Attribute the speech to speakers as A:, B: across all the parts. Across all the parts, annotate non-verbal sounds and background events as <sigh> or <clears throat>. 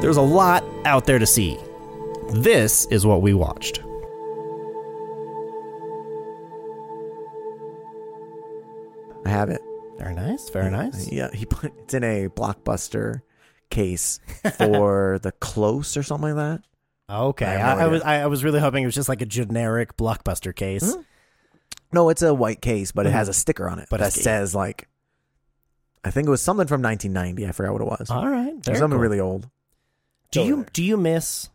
A: There's a lot out there to see. This is what we watched.
B: I have it. Uh,
A: Very nice, very nice.
B: Yeah, he put <laughs> it's in a blockbuster case
A: <laughs>
B: for the close or something like that.
A: Okay,
B: I
A: I,
B: have no
A: I
B: idea.
A: was I, I was really hoping it was just like a generic blockbuster case.
B: No, it's a white case, but it has
A: Mhm.
B: a sticker on it
A: But
B: that
A: it's-
B: says like, I think it was something from 1990. I forgot what it was.
A: All right,
B: It was
A: Uh, very
B: something
A: cool.
B: really old.
A: Do
B: Go
A: you
B: there.
A: do you miss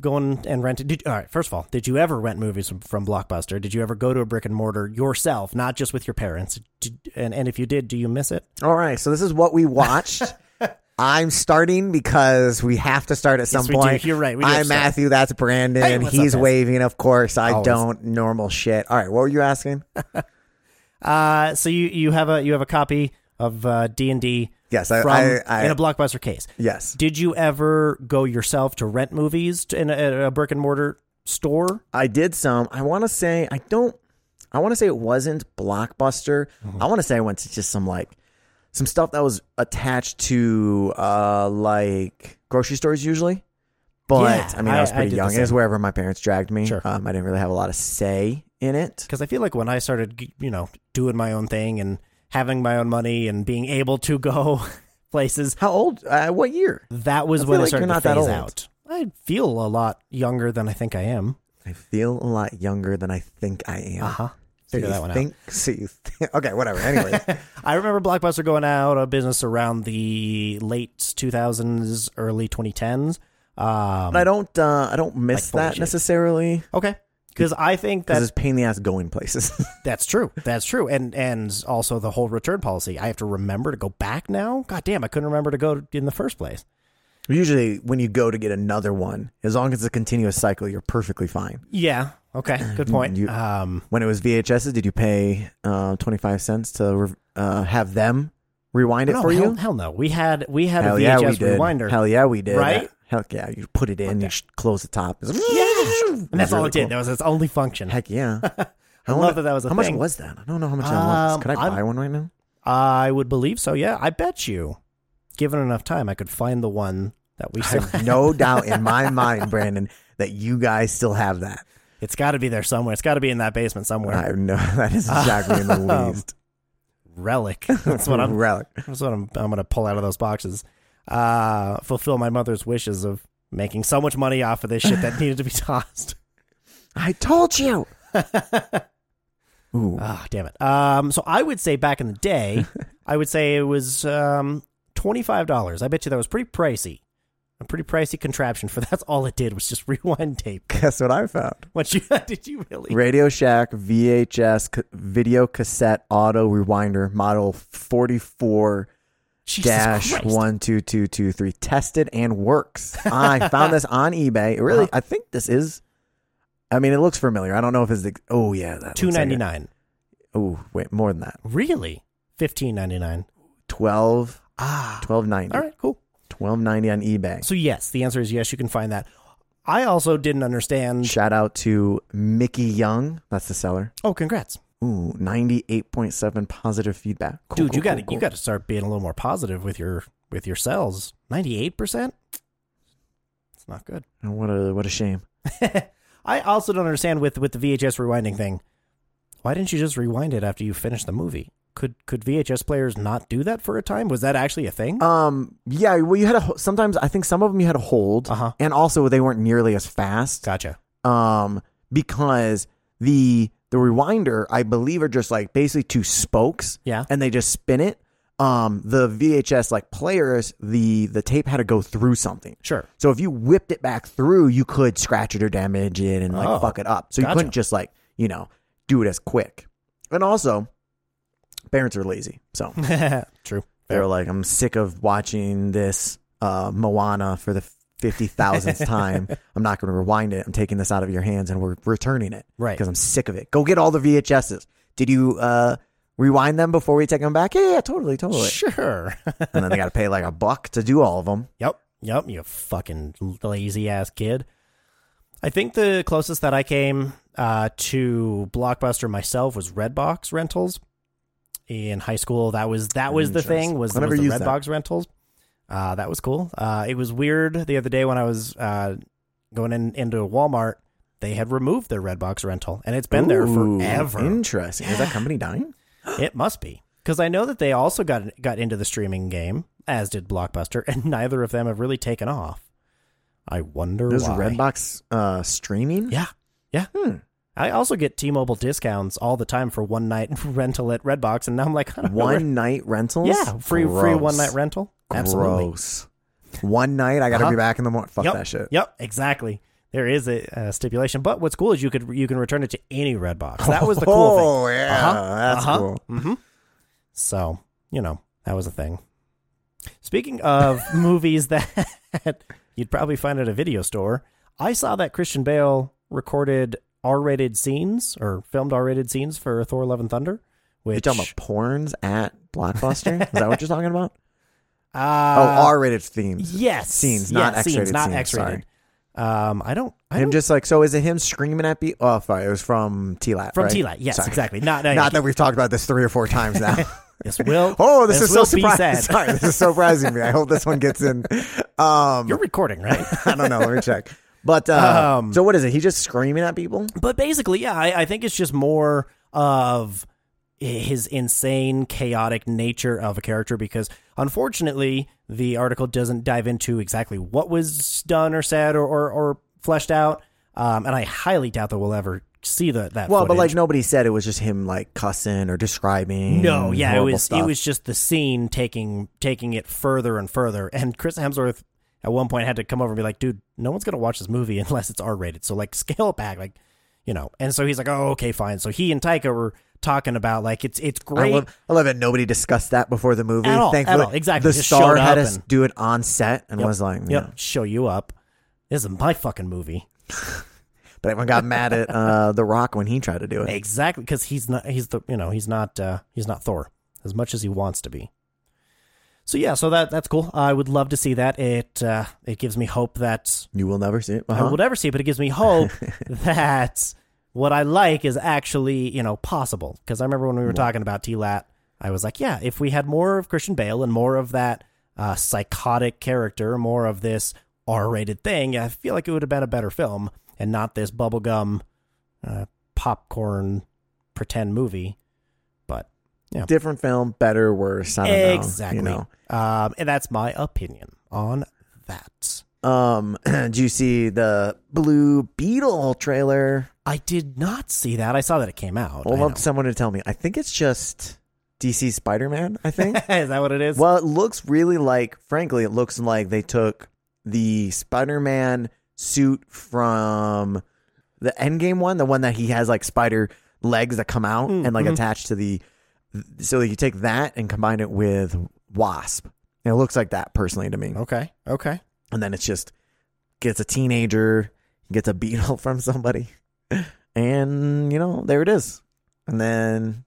A: going and renting? Did, all right, first of all, did you ever rent movies from, from Blockbuster? Did you ever go to a brick and mortar yourself, not just with your parents? Did, and and if you did, do you miss it?
B: All right, so this is what we watched.
A: <laughs>
B: I'm starting because we have to start at some
A: Yes, we do.
B: point.
A: You're right, we do have
B: I'm
A: to start.
B: Matthew. That's Brandon.
A: Hey, what's up,
B: He's
A: guys?
B: waving, of course. I
A: Always.
B: don't normal shit. All right, what were you asking?
A: Uh, so you, you have a you have a copy of uh, D and D.
B: Yes, I-
A: from,
B: I- I-
A: in a Blockbuster case.
B: Yes.
A: Did you ever go yourself to rent movies to, in a, a brick and mortar store?
B: I did some. I want to say I don't. I want to say it wasn't Blockbuster.
A: Uh-huh.
B: I want to say I went to just some like some stuff that was attached to uh like grocery stores usually. But
A: Yeah,
B: I mean, I, was
A: I- I
B: pretty
A: did the
B: young. It was
A: same.
B: wherever my parents dragged me.
A: Sure.
B: Um, I didn't really have a lot of say in it.
A: Because I feel like when I started, you know, doing my own thing and having my own money and being able to go <laughs> places,
B: How old? Uh, what year?
A: that was
B: I feel
A: when I
B: like
A: started
B: you're not
A: to
B: that
A: phase
B: old.
A: out. I feel a lot younger than I think I am.
B: I feel a lot younger than I think I
A: huh.
B: am. So
A: Uh-huh. Figure
B: you
A: that one
B: think, So you think?
A: <laughs>
B: Okay, whatever. Anyway,
A: out. I remember Blockbuster going out of business around the late 2000s, early 2010s. Um,
B: but I don't. Uh, I don't miss
A: Like Polish
B: that
A: shakes.
B: necessarily
A: okay. Because I think
B: because
A: that
B: it's pain in the ass going places. <laughs>
A: that's true. That's true. And and also the whole return policy. I have to remember to go back now. God damn, I couldn't remember to go in the first place.
B: Usually, when you go to get another one, as long as it's a continuous cycle, you're perfectly fine.
A: Yeah. Okay. Good point.
B: You-
A: um,
B: When it was VHSs, did you pay uh, 25 cents to re- uh, have them rewind it
A: no,
B: for
A: hell,
B: you?
A: hell no. We had we had
B: Hell
A: a VHS
B: yeah, we did.
A: rewinder.
B: Hell yeah, we did.
A: Right?
B: Hell yeah, you put it in, you sh- close the top. Yeah.
A: and that's all it did. That was its only function.
B: Heck
A: <laughs>
B: yeah. I,
A: love
B: wonder-
A: that that was a
B: How
A: thing.
B: much was that? I don't know how much that was.
A: Um,
B: Could I
A: I'm-
B: buy one
A: <laughs>
B: right now?
A: I would believe so. Yeah, I bet you, given enough time, I could find the one that we
B: I
A: saw.
B: have no doubt in my mind, Brandon, that you guys still have that.
A: <laughs> it's got to be there somewhere. It's got to be in that basement somewhere.
B: I know <laughs> that is
A: <laughs>
B: exactly in the least.
A: Relic.
B: <laughs>
A: That's what I'm.
B: relic.
A: That's what I'm. I'm going to pull out of those boxes. Uh, fulfill my mother's wishes of making so much money off of this shit that needed to be <laughs> tossed.
B: I told you. Ooh,
A: Ah, damn it. Um, so I would say back in the
B: <laughs>
A: day, I would say it was um twenty five dollars. I bet you that was pretty pricey. A pretty pricey contraption for <laughs> that's all it did was just rewind tape.
B: guess what I found?
A: What you <laughs> did you really?
B: Radio Shack VHS ca- video cassette auto rewinder model 44
A: Jesus
B: dash
A: Christ.
B: 12223 tested and works. I found this on eBay. It really,
A: Uh-huh.
B: I think this is. I mean, it looks familiar. I don't know if it's the. Oh yeah, that looks
A: Two
B: like
A: ninety
B: it.
A: nine.
B: Oh wait, more than that.
A: Really? Fifteen ninety nine.
B: 12
A: Ah.
B: 1290.
A: All right, cool.
B: 1290 on eBay.
A: So yes, the answer is yes, you can find that. I also didn't understand
B: Shout out to Mickey Young. That's the seller.
A: Oh, congrats.
B: Ooh, 98.7 positive feedback. Cool,
A: Dude,
B: cool,
A: you got
B: cool,
A: to you
B: cool.
A: got to start being a little more positive with your with your cells. 98%? It's not good. <laughs>
B: And Oh, What a what a shame.
A: I also don't understand with with the VHS rewinding thing. Why didn't you just rewind it after you finished the movie? Could could VHS players not do that for a time? Was that actually a thing?
B: Um, yeah. Well, you had a ho- sometimes I think some of them you had a hold,
A: Uh-huh.
B: and also they weren't nearly as fast.
A: gotcha.
B: Um, because the the rewinder I believe are just like basically two spokes.
A: Yeah.
B: and they just spin it. Um, the VHS like players, the the tape had to go through something.
A: Sure.
B: So if you whipped it back through, you could scratch it or damage it and like
A: Oh,
B: fuck it up. So you
A: gotcha.
B: couldn't just like, you know, <laughs> do it as quick. And also, parents are lazy. So
A: True.
B: They were like, I'm sick of watching this uh, Moana for the
A: <laughs>
B: 50,000th time. I'm not going to rewind it. I'm taking this out of your hands and we're returning it.
A: Right.
B: Because I'm sick of it. Go get all the VHSs. Did you uh, rewind them before we take them back? Yeah, yeah, totally, totally.
A: Sure. <laughs>
B: and then they got to pay like a buck to do all of them.
A: Yep. Yep. You fucking lazy ass kid. I think the closest that I came uh, to Blockbuster myself was Redbox rentals in high school. That was that was the
B: Interesting.
A: thing was, was
B: I never
A: the
B: used that.
A: Redbox rentals. Uh, that was cool. Uh, it was weird the other day when I was uh, going in, into Walmart. They had removed their Redbox rental, and it's been there
B: Ooh,
A: forever.
B: Interesting. Is that company dying?
A: It must be because I know that they also got got into the streaming game, as did Blockbuster, and neither of them have really taken off. I wonder
B: There's
A: why.
B: Redbox uh, streaming?
A: Yeah, yeah. <laughs>
B: Hmm.
A: I also get T-Mobile discounts all the time for one night <laughs> rental at Redbox, and now I'm like, I don't know
B: One
A: where- <laughs>
B: night rentals?
A: yeah, free free
B: Gross.
A: one night rental. Absolutely.
B: Gross. One night, I got to
A: Uh-huh.
B: be back in the morning. Fuck
A: Yep.
B: that shit.
A: Yep, exactly. There is a uh, stipulation, but what's cool is you could you can return it to any Redbox. That was the cool thing.
B: Oh yeah,
A: Uh-huh,
B: that's
A: uh-huh.
B: cool.
A: So, you know, that was a thing. Speaking
B: <laughs>
A: of movies that <laughs> you'd probably find at a video store, I saw that Christian Bale recorded R rated scenes or filmed R rated scenes for Thor Love and Thunder.
B: You're
A: Which,
B: talking about porns at Blockbuster? Is that what you're talking about?
A: <laughs> Uh,
B: Oh, R-rated themes.
A: Yes.
B: scenes,
A: Yeah,
B: not X-rated
A: Scenes, not
B: scenes,
A: X rated. Um, I don't. I
B: Him
A: don't
B: just like so. Is it him screaming at people? Oh, sorry, it was from T Lat.
A: from
B: right?
A: T Light. Yes,
B: Sorry.
A: exactly. Not,
B: Not that we've talked about this three or four
A: <laughs>
B: times now. <laughs>
A: This will.
B: oh, this, is so
A: will be
B: <laughs> surprising.
A: sad.
B: Sorry, this is surprising to me. I hope this one gets in. Um,
A: You're recording, right?
B: I don't know. Let me check. But uh,
A: Um,
B: so what is it? He just screaming at people?
A: but basically, yeah, I, I think it's just more of his insane, chaotic nature of a character because unfortunately, the article doesn't dive into exactly what was done or said or, or, or fleshed out. Um, and I highly doubt that we'll ever see the, that.
B: Well, but
A: footage.
B: like nobody said it was just him like cussing or describing.
A: No, yeah, it
B: Mm, horrible
A: was
B: stuff.
A: it was just the scene taking taking it further and further. And Chris Hemsworth at one point had to come over and be like, "Dude, no one's gonna watch this movie <laughs> unless it's R rated. So like, scale it back, like, you know." And so he's like, "Oh, okay, fine." So he and Taika were talking about like it's it's
B: I
A: great.
B: love, I love that nobody discussed that before the movie.
A: At all, at
B: Thankfully,
A: all, exactly.
B: The
A: Just
B: star
A: showed
B: had
A: up
B: us
A: and-
B: do it on set and was like,
A: yep,
B: yeah.
A: show you up. This is my fucking movie,
B: But everyone got mad at uh, <laughs> The Rock when he tried to do it.
A: exactly because he's not he's the you know he's not uh, he's not Thor as much as he wants to be. So yeah, so that that's cool. I would love to see that. It uh, it gives me hope that
B: You will never see it.
A: I
B: Uh-huh.
A: will never see, it, but it gives me
B: <laughs>
A: hope that what I like is actually, you know, possible. Because I remember when we were talking about T Lat, I was like, yeah, if we had more of Christian Bale and more of that uh, psychotic character, more of this R rated thing, I feel like it would have been a better film and not this bubblegum uh, popcorn pretend movie. But
B: Different film, better, worse. I don't know.
A: exactly.
B: You know.
A: um, and that's my opinion on that.
B: Um, <clears throat> do you see the Blue Beetle trailer?
A: I did not see that. I saw that it came out.
B: I'd
A: I know.
B: love someone to tell me. I think it's just DC Spider Man, I think.
A: <laughs> is that what it is?
B: Well, it looks really like, frankly, it looks like they took the Spider Man suit from the Endgame one, the one that he has like spider legs that come out and like attached to the. So you take that and combine it with Wasp. And it looks like that personally to me.
A: okay. Okay.
B: And then it's just gets a teenager, gets a beetle <laughs> from somebody. And, you know, there it is. And then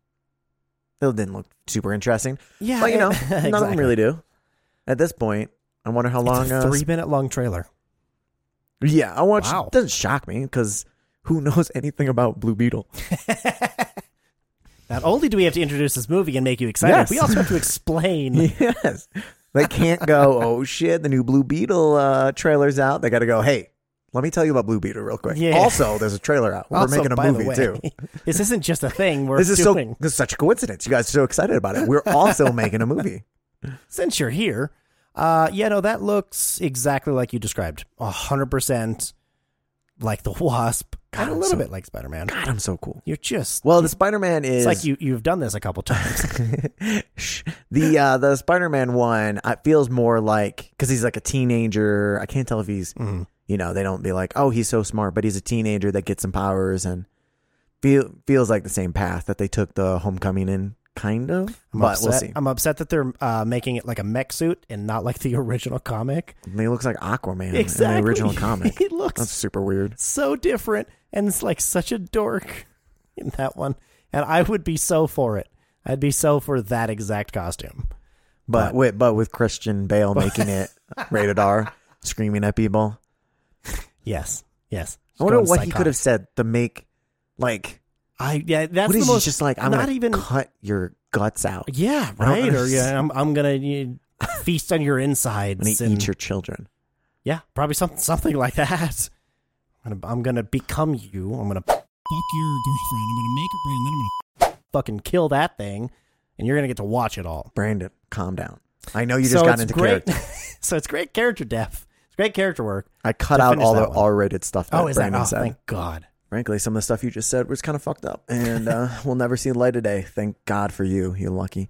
B: it didn't look super interesting.
A: Yeah.
B: But
A: <laughs>
B: you <laughs> know,
A: exactly.
B: none of them really do. At this point, I wonder how long.
A: It's
B: uh,
A: a three minute long trailer.
B: yeah, I watch.
A: Wow.
B: Doesn't shock me because who knows <laughs> anything about
A: <laughs>
B: Blue Beetle?
A: Not only do we have to introduce this movie and make you excited,
B: Yes.
A: we also have to explain.
B: yes, they can't
A: <laughs>
B: go. Oh shit! The new Blue Beetle uh, trailer's out. They got to go. Hey, let me tell you about Blue Beetle real quick.
A: Yeah.
B: Also, there's a trailer out. <laughs> We're
A: <laughs> Also,
B: making
A: by
B: a
A: the
B: movie
A: way,
B: too.
A: This isn't just a
B: <laughs>
A: thing <laughs> we're
B: This is so
A: doing.
B: this is such a coincidence. You guys are so excited about it. We're also making a
A: <laughs>
B: movie.
A: Since you're here, uh, yeah, no, that looks exactly like you described. A hundred percent like the Wasp, kind of a
B: I'm
A: little
B: so-
A: bit like Spider Man.
B: God, I'm so cool.
A: You're just
B: Well, the Spider Man
A: it's
B: is
A: like you you've done this a couple
B: <laughs>
A: times.
B: Shh. the uh, the Spider Man one it feels more like because he's like a teenager. I can't tell if he's
A: Mm.
B: you know they don't be like oh he's so smart, but he's a teenager that gets some powers and feel feels like the same path that they took the Homecoming and kind of.
A: I'm
B: but
A: upset.
B: we'll see.
A: I'm upset that they're uh, making it like a mech suit and not like the original comic.
B: He looks like Aquaman
A: Exactly.
B: in
A: <laughs>
B: the original comic.
A: he looks
B: That's super weird.
A: so different and it's like such a dork <laughs> in that one. And I would be so for it. I'd be so for that exact costume.
B: But with but with
A: <laughs>
B: Christian Bale making it rated R, screaming at people.
A: Yes. Yes.
B: I wonder
A: Going
B: what he
A: psychotic.
B: could have said to make like
A: I yeah, that's
B: what
A: the
B: is
A: most
B: he just like I'm
A: not
B: gonna
A: even-
B: cut your guts out
A: Yeah,
B: I don't
A: right. Or
B: understand.
A: yeah, I'm I'm gonna you, feast on your
B: and
A: insides and
B: eat your children.
A: yeah, probably something something like that. I'm gonna, I'm gonna become you. I'm gonna
C: fuck your girlfriend. I'm gonna make her brand, then I'm gonna
A: fucking kill that thing, and you're gonna get to watch it all.
B: Brandon, calm down. I know you just
A: so
B: got
A: it's
B: into
A: great.
B: character.
A: <laughs> so it's great character depth. It's great character work. <laughs>
B: I cut
A: to
B: out
A: finish
B: all the
A: that one.
B: R-rated stuff that
A: Oh, is that?
B: Brandon
A: Oh,
B: said.
A: thank God.
B: Frankly, some of the stuff you just said was kind of fucked up,
A: <laughs>
B: and uh, we'll never see the light of day. Thank God for you. You're lucky.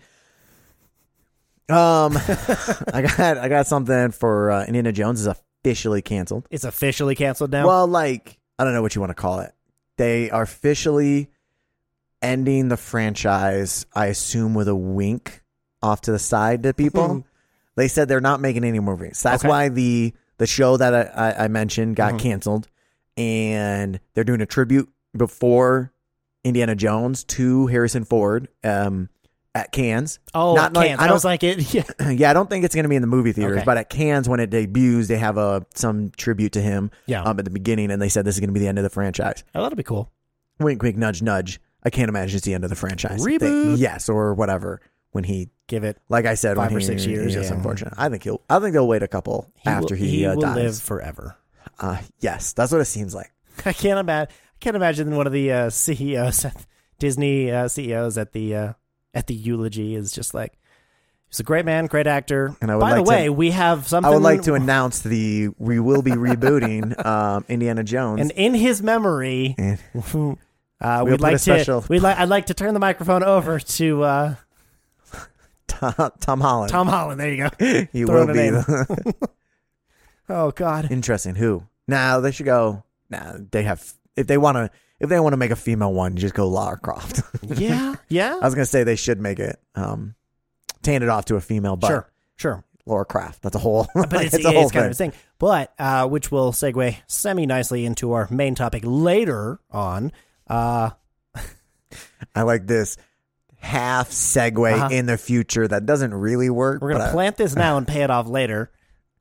B: Um, <laughs> I got I got something for uh, Indiana Jones is officially canceled.
A: It's officially canceled now.
B: Well, like I don't know what you want to call it. They are officially ending the franchise. I assume with a wink off to the side to people. they said they're not making any more movies. That's
A: Hmm. Okay. Mm-hmm.
B: why the the show that I, I, I mentioned got canceled, and they're doing a tribute before Indiana Jones to Harrison Ford um, at Cannes. <clears throat>
A: oh,
B: not
A: not
B: like-
A: can't.
B: I
A: I,
B: don't-
A: was like it. <laughs> Yeah.
B: yeah, I don't think it's going to be in the movie theaters,
A: Okay.
B: but at Cannes when it debuts, they have a some tribute to him
A: Yeah.
B: um, at the beginning, and they said this is going to be the end of the franchise.
A: Oh, that'll be cool.
B: Wink, wink, nudge, nudge. I can't imagine it's the end of the franchise. They-
A: Reboot.
B: yes, or whatever. When he,
A: Give it.
B: like I said,
A: Five
B: when
A: or
B: he-
A: six years,
B: yeah, It's
A: yeah.
B: unfortunate. I think he'll. I think they'll wait a couple
A: He
B: after
A: will,
B: he, uh,
A: will
B: dies.
A: live forever. <laughs>
B: Uh, yes, that's what it seems like.
A: I can't imagine. I can't imagine one of the uh, CEOs, at Disney uh, CEOs at the uh, at the eulogy is just like he's a great man, great actor.
B: And I would
A: By
B: like
A: the
B: to-
A: way, we have something.
B: I would like to announce the we will
A: <laughs>
B: be rebooting um, Indiana Jones.
A: and in his memory, <laughs>
B: And-
A: uh,
B: We'll
A: we'd
B: put
A: like
B: a special-
A: to. We'd like. I'd like to turn the microphone over to uh,
B: Tom, Tom
A: <laughs>
B: Holland,
A: Tom Holland. There you go.
B: <laughs> he
A: throwing
B: will
A: a
B: be
A: name.
B: the,
A: <laughs>
B: <laughs>
A: Oh God.
B: Interesting. Who? Now they should go. Now they have. If they want to, if they want to make a female one, just go Lara Croft.
A: Yeah. Yeah.
B: I was gonna say they should make it, um, tan it off to a female, but
A: sure. <laughs> Sure.
B: Lara Croft. That's a whole.
A: <laughs>
B: But
A: But it's,
B: a
A: yeah,
B: whole
A: it's kind
B: thing.
A: of a thing. But uh, which will segue semi nicely into our main topic later on. Uh,
B: I like this half segue
A: Uh-huh.
B: in the future that doesn't really work.
A: We're gonna
B: but I-
A: plant this <laughs> now and pay it off later.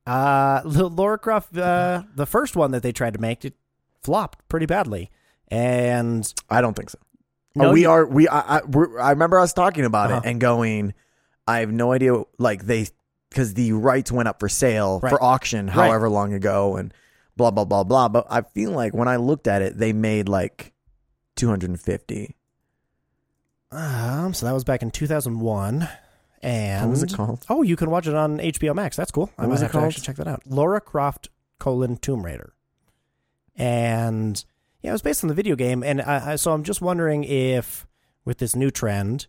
A: Uh, L- Laura Croft, uh, the first one that they tried to make, it flopped pretty badly, and
B: I don't think so.
A: No,
B: we
A: you-
B: are. We. I. I, we're, I remember us talking about
A: Uh-huh.
B: it and going. I have no idea. Like they, because the rights went up for sale
A: Right.
B: for auction, however long ago, and blah blah blah blah. But I feel like when I looked at it, they made like two hundred and fifty.
A: um, so that was back in two thousand one. And
B: What was it called?
A: Oh, you can watch it on HBO Max. That's cool. I
B: What
A: might
B: was it
A: have to
B: called?
A: actually check that out. Laura Croft colon Tomb Raider, and yeah, it was based on the video game. And I, I, so I'm just wondering if with this new trend,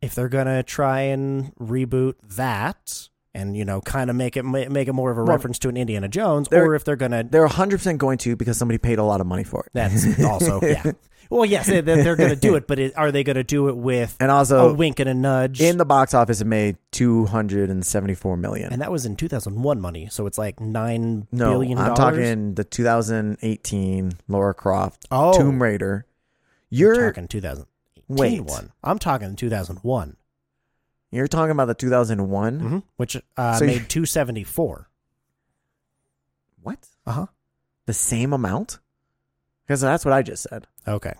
A: if they're gonna try and reboot that and you know kind of make it ma- make it more of a
B: Well,
A: reference to an Indiana Jones,
B: they're-
A: or if they're gonna
B: They're hundred percent going to because somebody paid a lot of money for it.
A: that's
B: <laughs>
A: also yeah. Well, yes, they- they're going to do it, but it, are they going to do it with
B: And
A: a
B: also
A: wink and a nudge?
B: in the box office, it made two hundred and seventy four million.
A: and that was in 2001 money, so it's like nine
B: no,
A: billion
B: I'm
A: dollars.
B: talking the 2018 Laura Croft
A: Oh.
B: Tomb Raider. You're
A: talking 2000.
B: Wait.
A: one. I'm talking 2001,
B: You're talking about the 2001?
A: mhm, which uh,
B: Mm-hmm. So you-
A: made 274.
B: What?
A: Uh huh.
B: The same amount? Because that's what I just said.
A: Okay.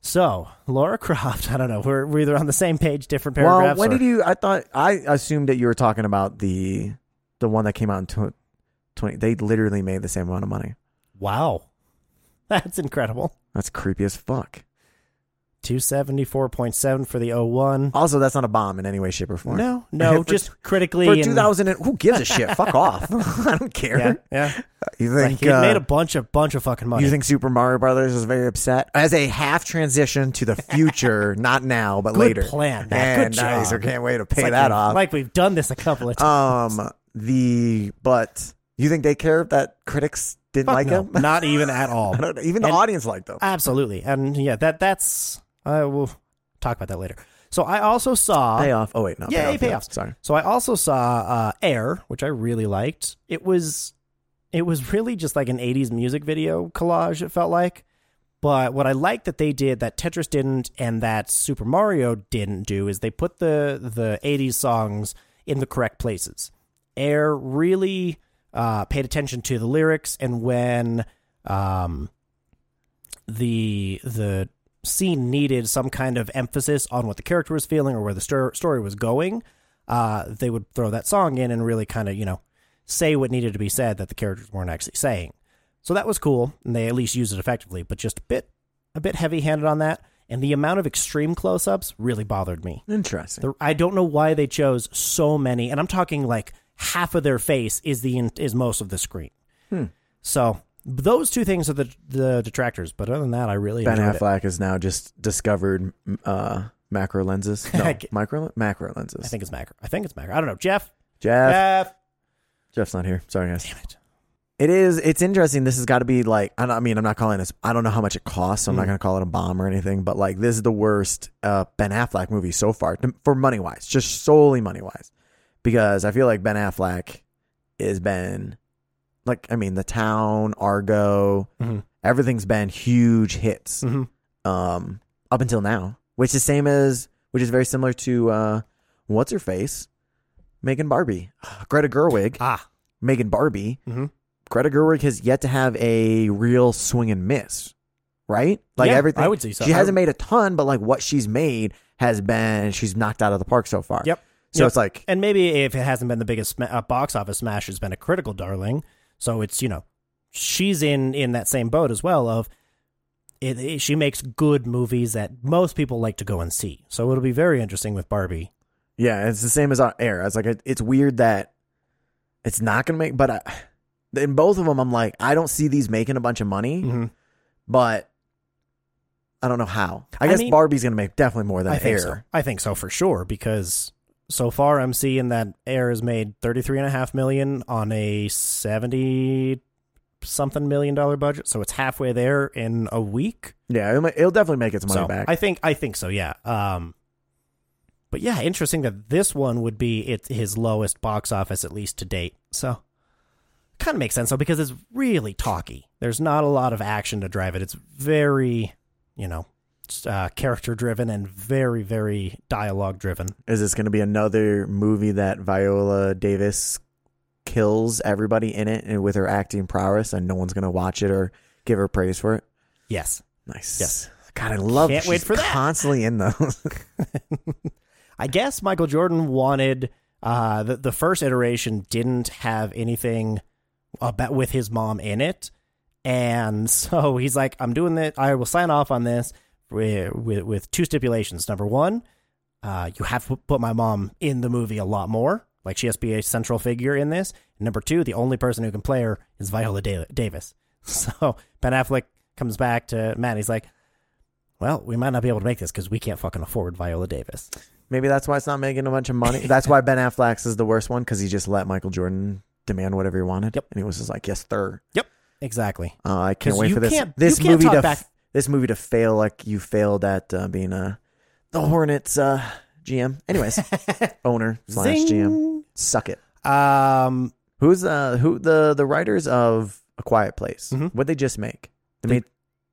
A: So Laura Croft, <laughs> I don't know. We're, we're either on the same page, different paragraphs.
B: well, when
A: or-
B: did you? I thought I assumed that you were talking about the the one that came out in tw- 20. They literally made the same amount of money.
A: Wow, <laughs> that's incredible.
B: That's creepy as fuck.
A: 274.7 for the 01.
B: Also, that's not a bomb in any way, shape, or form.
A: No, no,
B: <laughs> For-
A: just critically.
B: For
A: and-
B: 2000, and, who gives a shit? fuck off. <laughs> I don't care.
A: Yeah,
B: <laughs>
A: yeah.
B: You
A: Like,
B: think
A: it
B: uh,
A: made a bunch of bunch of fucking money.
B: You think Super Mario Brothers was very upset? As a half transition to the
A: <laughs>
B: future, not now, but
A: Good
B: later.
A: plan, Matt. Good
B: And nice. I
A: job.
B: can't wait to
A: It's
B: pay
A: like
B: that
A: we've-
B: off.
A: Like we've done this a couple of times.
B: <laughs> um, the but you think they care that critics didn't
A: Fuck
B: like
A: no,
B: him? <laughs>
A: not even at all.
B: I don't know. Even the
A: And-
B: audience liked them.
A: Absolutely, and yeah, that that's I will talk about that later. So I also saw
B: payoff. Oh wait, no.
A: Yeah,
B: payoff.
A: payoff.
B: payoff. Sorry.
A: So I also saw uh, Air, which I really liked. It was it was really just like an 80s music video collage it felt like. But what I liked that they did that Tetris didn't and that Super Mario didn't do is they put the the 80s songs in the correct places. Air really uh, paid attention to the lyrics and when um, the the scene needed some kind of emphasis on what the character was feeling or where the stor- story was going, uh, they would throw that song in and really kind of you know say what needed to be said that the characters weren't actually saying. So that was cool, and they at least used it effectively. But just a bit a bit heavy handed on that, and the amount of extreme close ups really bothered me.
B: Interesting.
A: The, I don't know why they chose so many, and I'm talking like half of their face is the in- is most of the screen.
B: Hmm.
A: So those two things are the the detractors. But other than that, I really
B: ben
A: enjoyed it.
B: Affleck has now just discovered m- uh, macro lenses.
A: <laughs>
B: No,
A: Okay.
B: micro macro lenses.
A: I think it's Macro. I think it's Macro. I don't know. Jeff.
B: Jeff.
A: Jeff.
B: Jeff's not here. Sorry, guys.
A: Damn it.
B: It is. It's interesting. This has got to be like. I, don't, I mean, I'm not calling this. I don't know how much it costs. So
A: Mm.
B: I'm not going to call it a bomb or anything. But like, this is the worst uh, Ben Affleck movie so far to- for money wise, just solely money wise, because I feel like Ben Affleck has been, like, I mean, The Town, Argo,
A: Mhm.
B: everything's been huge hits
A: Mhm.
B: um, up until now, which is same as which is very similar to uh, what's her face, Megan Barbie, <sighs> Greta Gerwig.
A: Ah.
B: Megan Barbie,
A: Mhm.
B: Greta Gerwig has yet to have a real swing and miss, right? Like
A: Yeah,
B: everything,
A: I would say so.
B: She
A: I-
B: hasn't made a ton, but like what she's made has been she's knocked out of the park so far.
A: Yep.
B: So
A: Yep.
B: it's like
A: And maybe if it hasn't been the biggest sma- uh, box office smash, it's been a critical darling. So it's you know, she's in in that same boat as well. Of it, it- she makes good movies that most people like to go and see. So it'll be very interesting with Barbie.
B: yeah, it's the same as our air. It's like it, it's weird that it's not gonna make, but I, in both of them, I'm like I don't see these making a bunch of money,
A: Mm-hmm.
B: but I don't know how. I,
A: I
B: guess
A: mean-
B: Barbie's gonna make definitely more than
A: I think
B: air.
A: so. I think so for sure because so far I'm seeing that Air has made thirty three and a half million on a seventy something million dollar budget. So it's halfway there in a week.
B: Yeah, it'll, ma- it'll definitely make its money
A: so
B: back.
A: I think I think so. Yeah. Um, but yeah, interesting that this one would be it his lowest box office at least to date. So kind of makes sense though because it's really talky. There's not a lot of action to drive it. It's very, you know, s- uh, character driven and very very dialogue driven.
B: Is this going to be another movie that Viola Davis kills everybody in it and with her acting prowess, and no one's going to watch it or give her praise for it?
A: Yes.
B: Nice.
A: Yes.
B: God, I love.
A: Can't wait
B: she's
A: for that.
B: Constantly in those. <laughs>
A: <laughs> I guess Michael Jordan wanted uh, the the first iteration didn't have anything about with his mom in it, and <laughs> so he's like, "I'm doing that. I will sign off on this with with, with two stipulations. Number one, uh, you have to put my mom in the movie a lot more. Like she has to be a central figure in this. And number two, the only person who can play her is Viola Da- Davis. <laughs> So Ben Affleck comes back to Matt. and He's like, "Well, we might not be able to make this because we can't fucking afford Viola Davis."
B: Maybe that's why it's not making a bunch of money. That's why Ben Affleck's is the worst one because he just let Michael Jordan demand whatever he wanted,
A: Yep.
B: and he was just like, "Yes, sir." <laughs>
A: Exactly.
B: Uh, I can't
A: 'Cause
B: wait
A: you
B: for this.
A: can't-
B: this
A: you can't
B: movie
A: talk
B: to
A: back-
B: this movie to fail like you failed at uh, being a the Hornets uh, GM. <laughs> Anyways, owner slash GM. Suck it.
A: Um,
B: Who's uh who the the writers of A Quiet Place?
A: Mhm.
B: What they just make? Mm-hmm. They
A: They-
B: made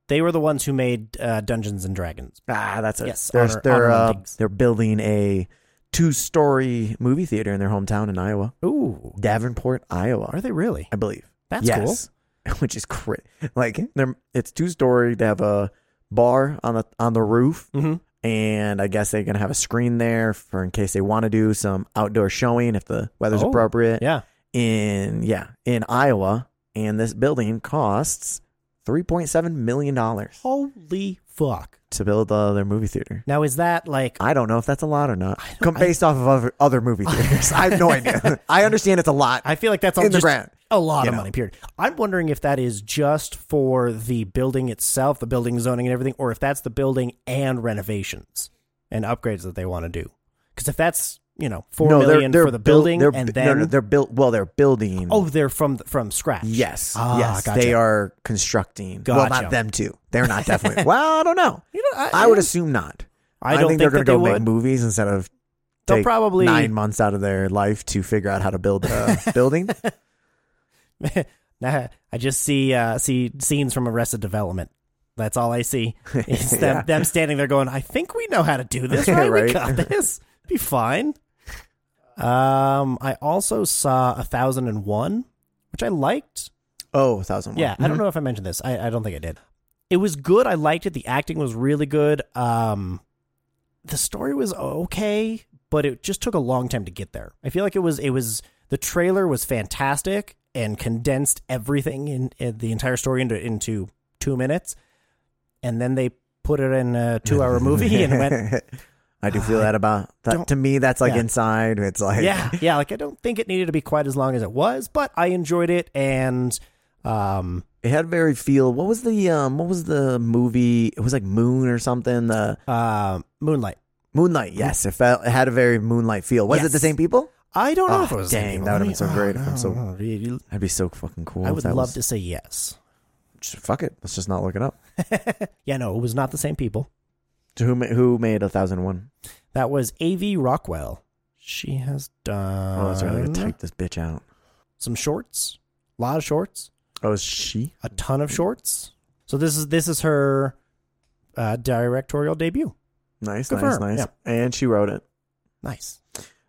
A: they were the ones who made uh, Dungeons and Dragons.
B: ah that's it.
A: Yes,
B: they're
A: honor-
B: they're
A: honor
B: uh,
A: endings.
B: they're building a two story movie theater in their hometown in Iowa,
A: Ooh,
B: Davenport, Iowa,
A: are they really?
B: I believe.
A: That's cool.
B: yes, <laughs> which is crit. Like they're it's two story. They have a bar on the on the roof,
A: Mhm.
B: and I guess they're gonna have a screen there for in case they want to do some outdoor showing if the weather's
A: Oh,
B: appropriate.
A: Yeah.
B: in yeah in Iowa, and this building costs three point seven million dollars
A: Holy fuck!
B: to build the, their movie theater.
A: Now is that like
B: I don't know if that's a lot or not.
A: don't-
B: Come
A: I-
B: based off of other, other
A: <laughs>
B: movie theaters, I have no idea. <laughs> I understand it's a lot.
A: I feel like that's all
B: In the
A: just
B: ground,
A: a lot
B: you
A: of
B: know.
A: money. Period. I'm wondering if that is just for the building itself, the building zoning and everything, or if that's the building and renovations and upgrades that they want to do. Because if that's you know four
B: no,
A: million
B: they're, they're
A: for the
B: buil-
A: building
B: they're,
A: and
B: bu-
A: then
B: no, no, they're built. Well, they're building.
A: oh they're from from scratch.
B: yes,
A: Ah,
B: yes,
A: gotcha.
B: they are constructing. Well,
A: Gotcha. <laughs>
B: not them too. They're not definitely. well, I don't know.
A: You know, I-
B: I would assume not.
A: I don't
B: think they're
A: that
B: gonna go
A: they
B: make
A: would.
B: movies instead of
A: They'll
B: take
A: probably-
B: nine months out of their life to figure out how to
A: <laughs>
B: build a building.
A: Nah, <laughs> I just see uh, see scenes from Arrested Development. That's all I see. It's them,
B: <laughs> Yeah.
A: them standing there going, "I think we know how to do this,
B: <laughs> Yeah,
A: right? We
B: right.
A: got this. Be fine." Um, I also saw a thousand and one, which I liked.
B: Oh, a thousand.
A: Yeah, I don't know if I mentioned this. I, I don't think I did. It was good. I liked it. The acting was really good. Um, the story was okay, but it just took a long time to get there. I feel like it was it was the trailer was fantastic and condensed everything in, in the entire story into into two minutes, and then they put it in a two hour
B: <laughs>
A: movie and went
B: I do feel that about
A: don't-
B: that. To me, that's like
A: yeah.
B: inside. It's like
A: yeah, yeah. Like I don't think it needed to be quite as long as it was, but I enjoyed it and um
B: it had very feel. What was the um? What was the movie? It was like Moon or something. The
A: uh, Moonlight.
B: Moonlight. Yes, it felt. It had a very Moonlight feel. Was it the
A: Yes.
B: same people?
A: I don't know
B: Oh,
A: if it was
B: dang,
A: Daniel.
B: that
A: Let
B: would've been so
A: me-
B: great if I'm so-
A: oh, really?
B: That'd be so fucking cool.
A: I
B: if
A: would
B: that
A: love
B: was-
A: to say yes. <laughs>
B: Fuck it. Let's just not look it up.
A: Yeah, no, it was not the same people.
B: To who ma- who made a thousand one?
A: That was A.V. Rockwell. She has
B: Oh, that's right. I
A: done
B: gotta type this bitch out.
A: some shorts, a lot of shorts,
B: Oh, is she?
A: a ton
B: Mm.
A: of shorts. So this is this is her uh, directorial debut.
B: Nice,
A: Good for
B: nice,
A: her,
B: nice.
A: yeah.
B: And she wrote it.
A: Nice.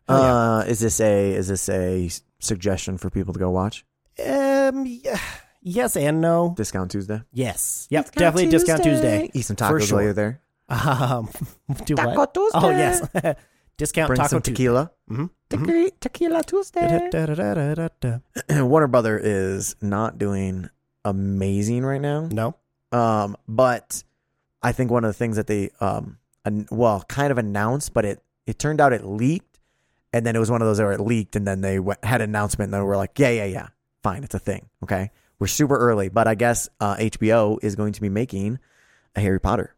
A: Hell Oh, yeah.
B: Uh, is this a is this a s- suggestion for people to go watch?
A: Um. yeah. Yes and no.
B: Discount Tuesday.
A: Yes. Yep. definitely Discount Tuesday. <laughs>
B: Eat some tacos
A: For
B: while
A: sure.
B: you're there.
A: Um. <laughs> Do
B: Taco
A: what? Oh
B: Tuesday.
A: yes. <laughs> Discount
B: Bring
A: Taco
B: some
A: Tuesday.
B: tequila.
A: Mhm.
B: Tequila, tequila Tuesday.
A: Da-da-da-da-da-da.
B: <clears throat> Warner Brother is not doing amazing right now.
A: No.
B: Um, but I think one of the things that they um an, well kind of announced, but it it turned out it leaked, and then it was one of those where it leaked, and then they went, had an announcement, and they were like, yeah, yeah, yeah, fine, it's a thing. Okay, we're super early, but I guess uh, HBO is going to be making a Harry Potter,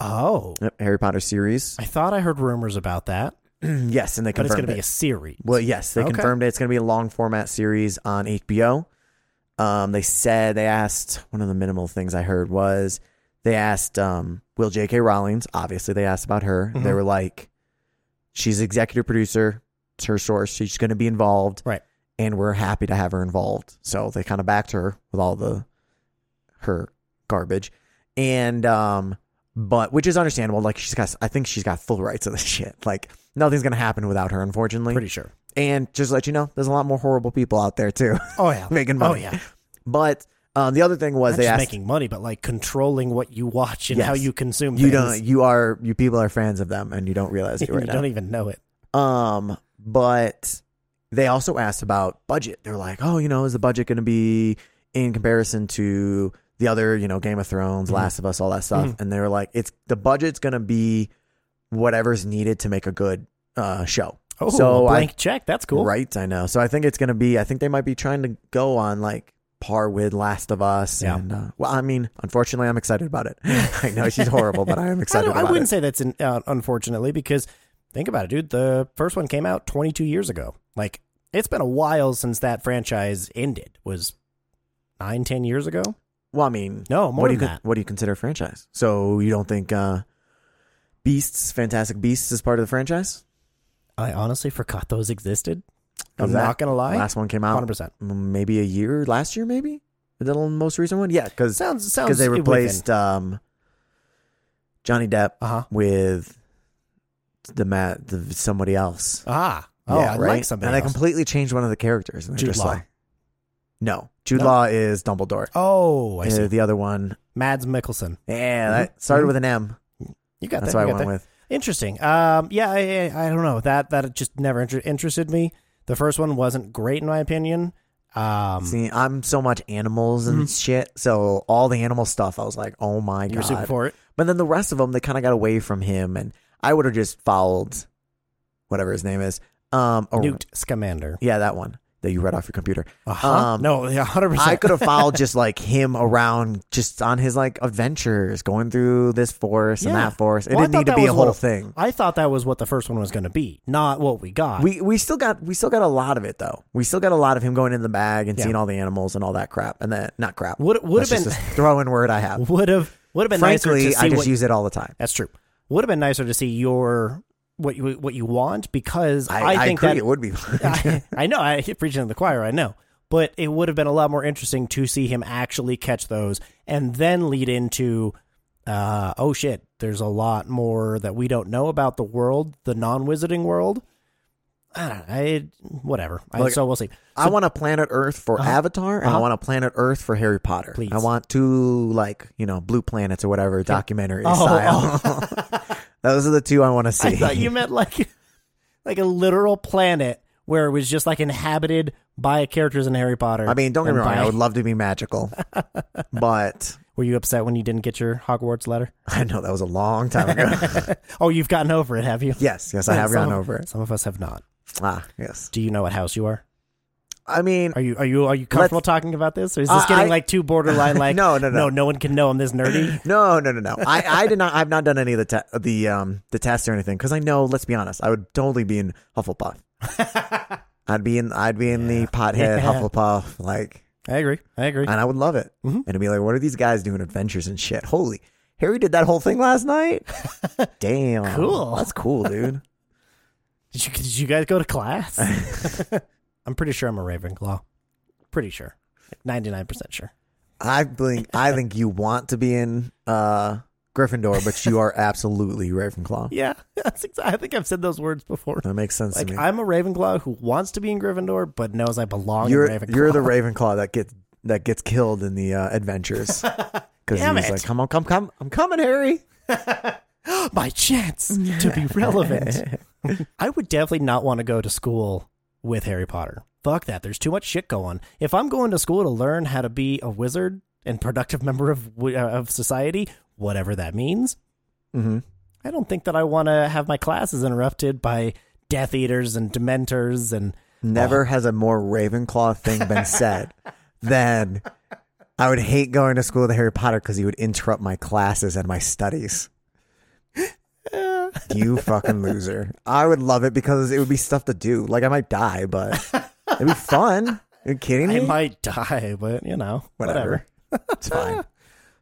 A: Oh.
B: yep, Harry
A: <clears throat>
B: Potter series.
A: I thought I heard rumors about that,
B: yes, and they
A: but it's going
B: confirmed
A: to be
B: it.
A: a series.
B: Well, yes, they
A: Okay.
B: confirmed it. It's going to be a long format series on HBO. Um, they said they asked one of the minimal things I heard was they asked um, Will J.K. Rowling's. Obviously, they asked about her. They
A: Mhm.
B: were like, "She's executive producer. It's her source. She's going to be involved,
A: Right.
B: And we're happy to have her involved." So they kind of backed her with all the her garbage, and um, but which is understandable. Like she's got, I think she's got full rights to this <laughs> shit. Like nothing's going to happen without her, unfortunately.
A: Pretty sure.
B: And just to let you know, there's a lot more horrible people out there too <laughs>
A: Oh <laughs> yeah,
B: making money.
A: Oh yeah,
B: But um, the other thing was
A: not
B: they
A: just
B: asked
A: making money, but like controlling what you watch and
B: Yes.
A: how you consume.
B: you
A: things.
B: don't you are you people are fans of them and you
A: <laughs>
B: don't realize it
A: you
B: right now.
A: don't even know it.
B: Um, but they also asked about budget. They're like, oh, you know, is the budget going to be in comparison to the other, you know, Game of
A: Mm-hmm.
B: Thrones, Last of Us, all that stuff? And they were like, it's the budget's going to be whatever's needed to make a good uh, show.
A: Oh,
B: so
A: a
B: I
A: blank check. That's cool.
B: Right, I know. So I think it's going to be. I think they might be trying to go on like par with Last of Us.
A: Yeah.
B: And uh, well, I mean, unfortunately, I'm excited about it. <laughs> I know she's horrible, but I
A: <laughs>
B: am
A: I,
B: excited.
A: don't- I
B: about
A: wouldn't
B: it.
A: say that's in, uh, unfortunately because think about it, dude. The first one came out 22 years ago. Like it's been a while since that franchise ended. Was nine, ten years ago?
B: Well, I mean,
A: No, more
B: what do you
A: than
B: con-
A: that.
B: what do you consider a franchise? So you don't think uh, Beasts, Fantastic Beasts, is part of the franchise?
A: I honestly forgot those existed. I'm
B: Is that-
A: not gonna lie.
B: Last one came out
A: 100%.
B: maybe a year last year, maybe the little most recent one. Yeah, because
A: Sounds sounds
B: because they replaced um, Johnny Depp
A: Uh huh.
B: with the Matt, the, somebody else.
A: Ah. Oh, I like somebody.
B: And they
A: else.
B: completely changed one of the characters. And they're
A: Jude
B: just
A: Law.
B: Like, no, Jude
A: No?
B: Law is Dumbledore.
A: Oh, I
B: Uh,
A: see. Mm-hmm.
B: The other one,
A: Mads Mikkelsen.
B: yeah, that started with an M.
A: You got
B: That's
A: that.
B: what I
A: you got
B: went
A: that.
B: with.
A: Interesting. Um, yeah, I, I, I don't know that that just never inter- interested me. The first one wasn't great in my opinion. Um,
B: See, I'm so much animals
A: Mm-hmm.
B: and shit. So all the animal stuff, I was like, oh my
A: you were super
B: god.
A: for it.
B: But then the rest of them, they kind of got away from him, and I would have just followed whatever his name is. Um, or-
A: Newt Scamander.
B: Yeah, that one that you read off your computer.
A: Uh-huh.
B: Um,
A: no, yeah, hundred
B: I
A: percent.
B: could have followed just like him around, just on his like adventures, going through this forest and
A: Yeah.
B: that forest. It
A: Well, I
B: didn't
A: thought
B: need to
A: that
B: be a
A: was what
B: whole
A: it-
B: thing.
A: <laughs> I thought that was what the first one was going to be, not what we got.
B: We we still got we still got a lot of it though. We still got a lot of him going in the bag and
A: Yeah.
B: seeing all the animals and all that crap and that not crap.
A: Would- would
B: That's
A: have
B: just
A: been- <laughs>
B: a throw in word I have.
A: would have would have been nicer
B: Frankly,
A: to see
B: I just
A: what.
B: use it all the time.
A: that's true. would have been nicer to see your what you what you want because I,
B: I, I,
A: think
B: agree.
A: that
B: it would be.
A: <laughs> I, I know I preaching to the choir. I know, but it would have been a lot more interesting to see him actually catch those and then lead into, uh, oh shit, there's a lot more that we don't know about the world, the non-wizarding world. I don't know. I, whatever. I,
B: Look,
A: so we'll see.
B: I want a planet Earth for Avatar, and I want a planet Earth for Harry Potter.
A: Please.
B: I want two like you know blue planets or whatever documentary
A: Oh,
B: style.
A: <laughs>
B: <laughs> Those are the two I want to
A: <laughs>
B: see.
A: I thought you meant like, <laughs> like a literal planet where it was just like inhabited by characters in Harry Potter.
B: I mean, don't get me
A: and
B: wrong.
A: by-
B: I would love to
A: <laughs>
B: be magical, but
A: Were you upset when you didn't get your Hogwarts letter? <laughs>
B: I know that was a long time ago.
A: Oh, you've gotten over it, have you?
B: yes, yes, <laughs> I have
A: Some
B: gone
A: of-
B: over it.
A: Some of us have not.
B: Ah, yes.
A: Do you know what house you are?
B: I mean,
A: Are you are you are you comfortable talking about this, or is this
B: Uh,
A: getting
B: I-
A: like too
B: <laughs>
A: borderline? Like
B: No, no, no.
A: no, no one can know I'm this
B: <laughs>
A: nerdy.
B: no, no, no, no. I, I did not. I've not done any of the te- the um the tests or anything because I know. Let's be honest. I would totally be in
A: <laughs>
B: Hufflepuff. I'd be in. I'd be in the pothead
A: Yeah.
B: Hufflepuff like.
A: I agree. I agree.
B: and I would love it.
A: Mm-hmm.
B: And it'd be like, what are these guys doing adventures and shit? Holy, Harry did that whole thing
A: <laughs>
B: last night. Damn,
A: Cool.
B: That's cool, dude.
A: Did you did you guys go to
B: <laughs>
A: class? <laughs> I'm pretty sure I'm a Ravenclaw. Pretty sure, ninety nine percent sure.
B: I think I think you want to be in uh, Gryffindor, but you are
A: <laughs>
B: absolutely Ravenclaw.
A: Yeah, that's exa- I think I've said those words before.
B: That makes sense
A: Like
B: to me.
A: I'm a Ravenclaw who wants to be in Gryffindor, but knows I belong
B: you're
A: in Ravenclaw. <laughs>
B: you're the Ravenclaw that gets that gets killed in the uh,
A: <laughs>
B: adventures. Because
A: Damn
B: he's
A: it.
B: like, come on, come, come, I'm coming, Harry.
A: my chance to
B: <laughs>
A: be <laughs> relevant. I would definitely not want to go to school with Harry Potter. Fuck that. There's too much shit going. If I'm going to school to learn how to be a wizard and productive <laughs> member of wi- uh, of society, whatever that means,
B: Mhm.
A: I don't think that I want to have my classes interrupted by Death Eaters and Dementors and
B: Never has a more Ravenclaw thing
A: <laughs>
B: been said than I would hate going to school with Harry Potter because he would interrupt my classes and
A: <laughs>
B: my studies. you fucking loser. I would love it because it would be stuff to do. Like, I might die, but it'd be fun. Are you kidding me?
A: <laughs> I might die, but you know, whatever.
B: Eh. whatever. it's fine.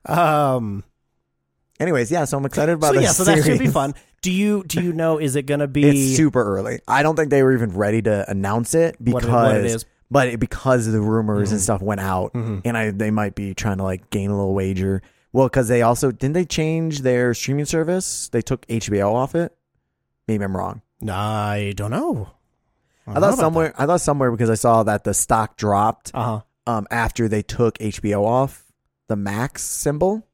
A: Um,
B: Anyways, yeah, so I'm excited
A: <laughs> so
B: about this.
A: yeah, so that should be
B: series.
A: fun. Do you do you know? Is it gonna be?
B: It's super early. I don't think they were even ready to announce it
A: What
B: because,
A: it- what it is. Mm-hmm.
B: but it, because the rumors and stuff went out, and I they might be trying to like gain a little wager. Well, because they also didn't they change their streaming service? They took HBO off it. Maybe I'm wrong.
A: I don't know.
B: I thought somewhere. I thought somewhere because I saw that the stock dropped
A: Uh huh.
B: um, after they took HBO off the max symbol,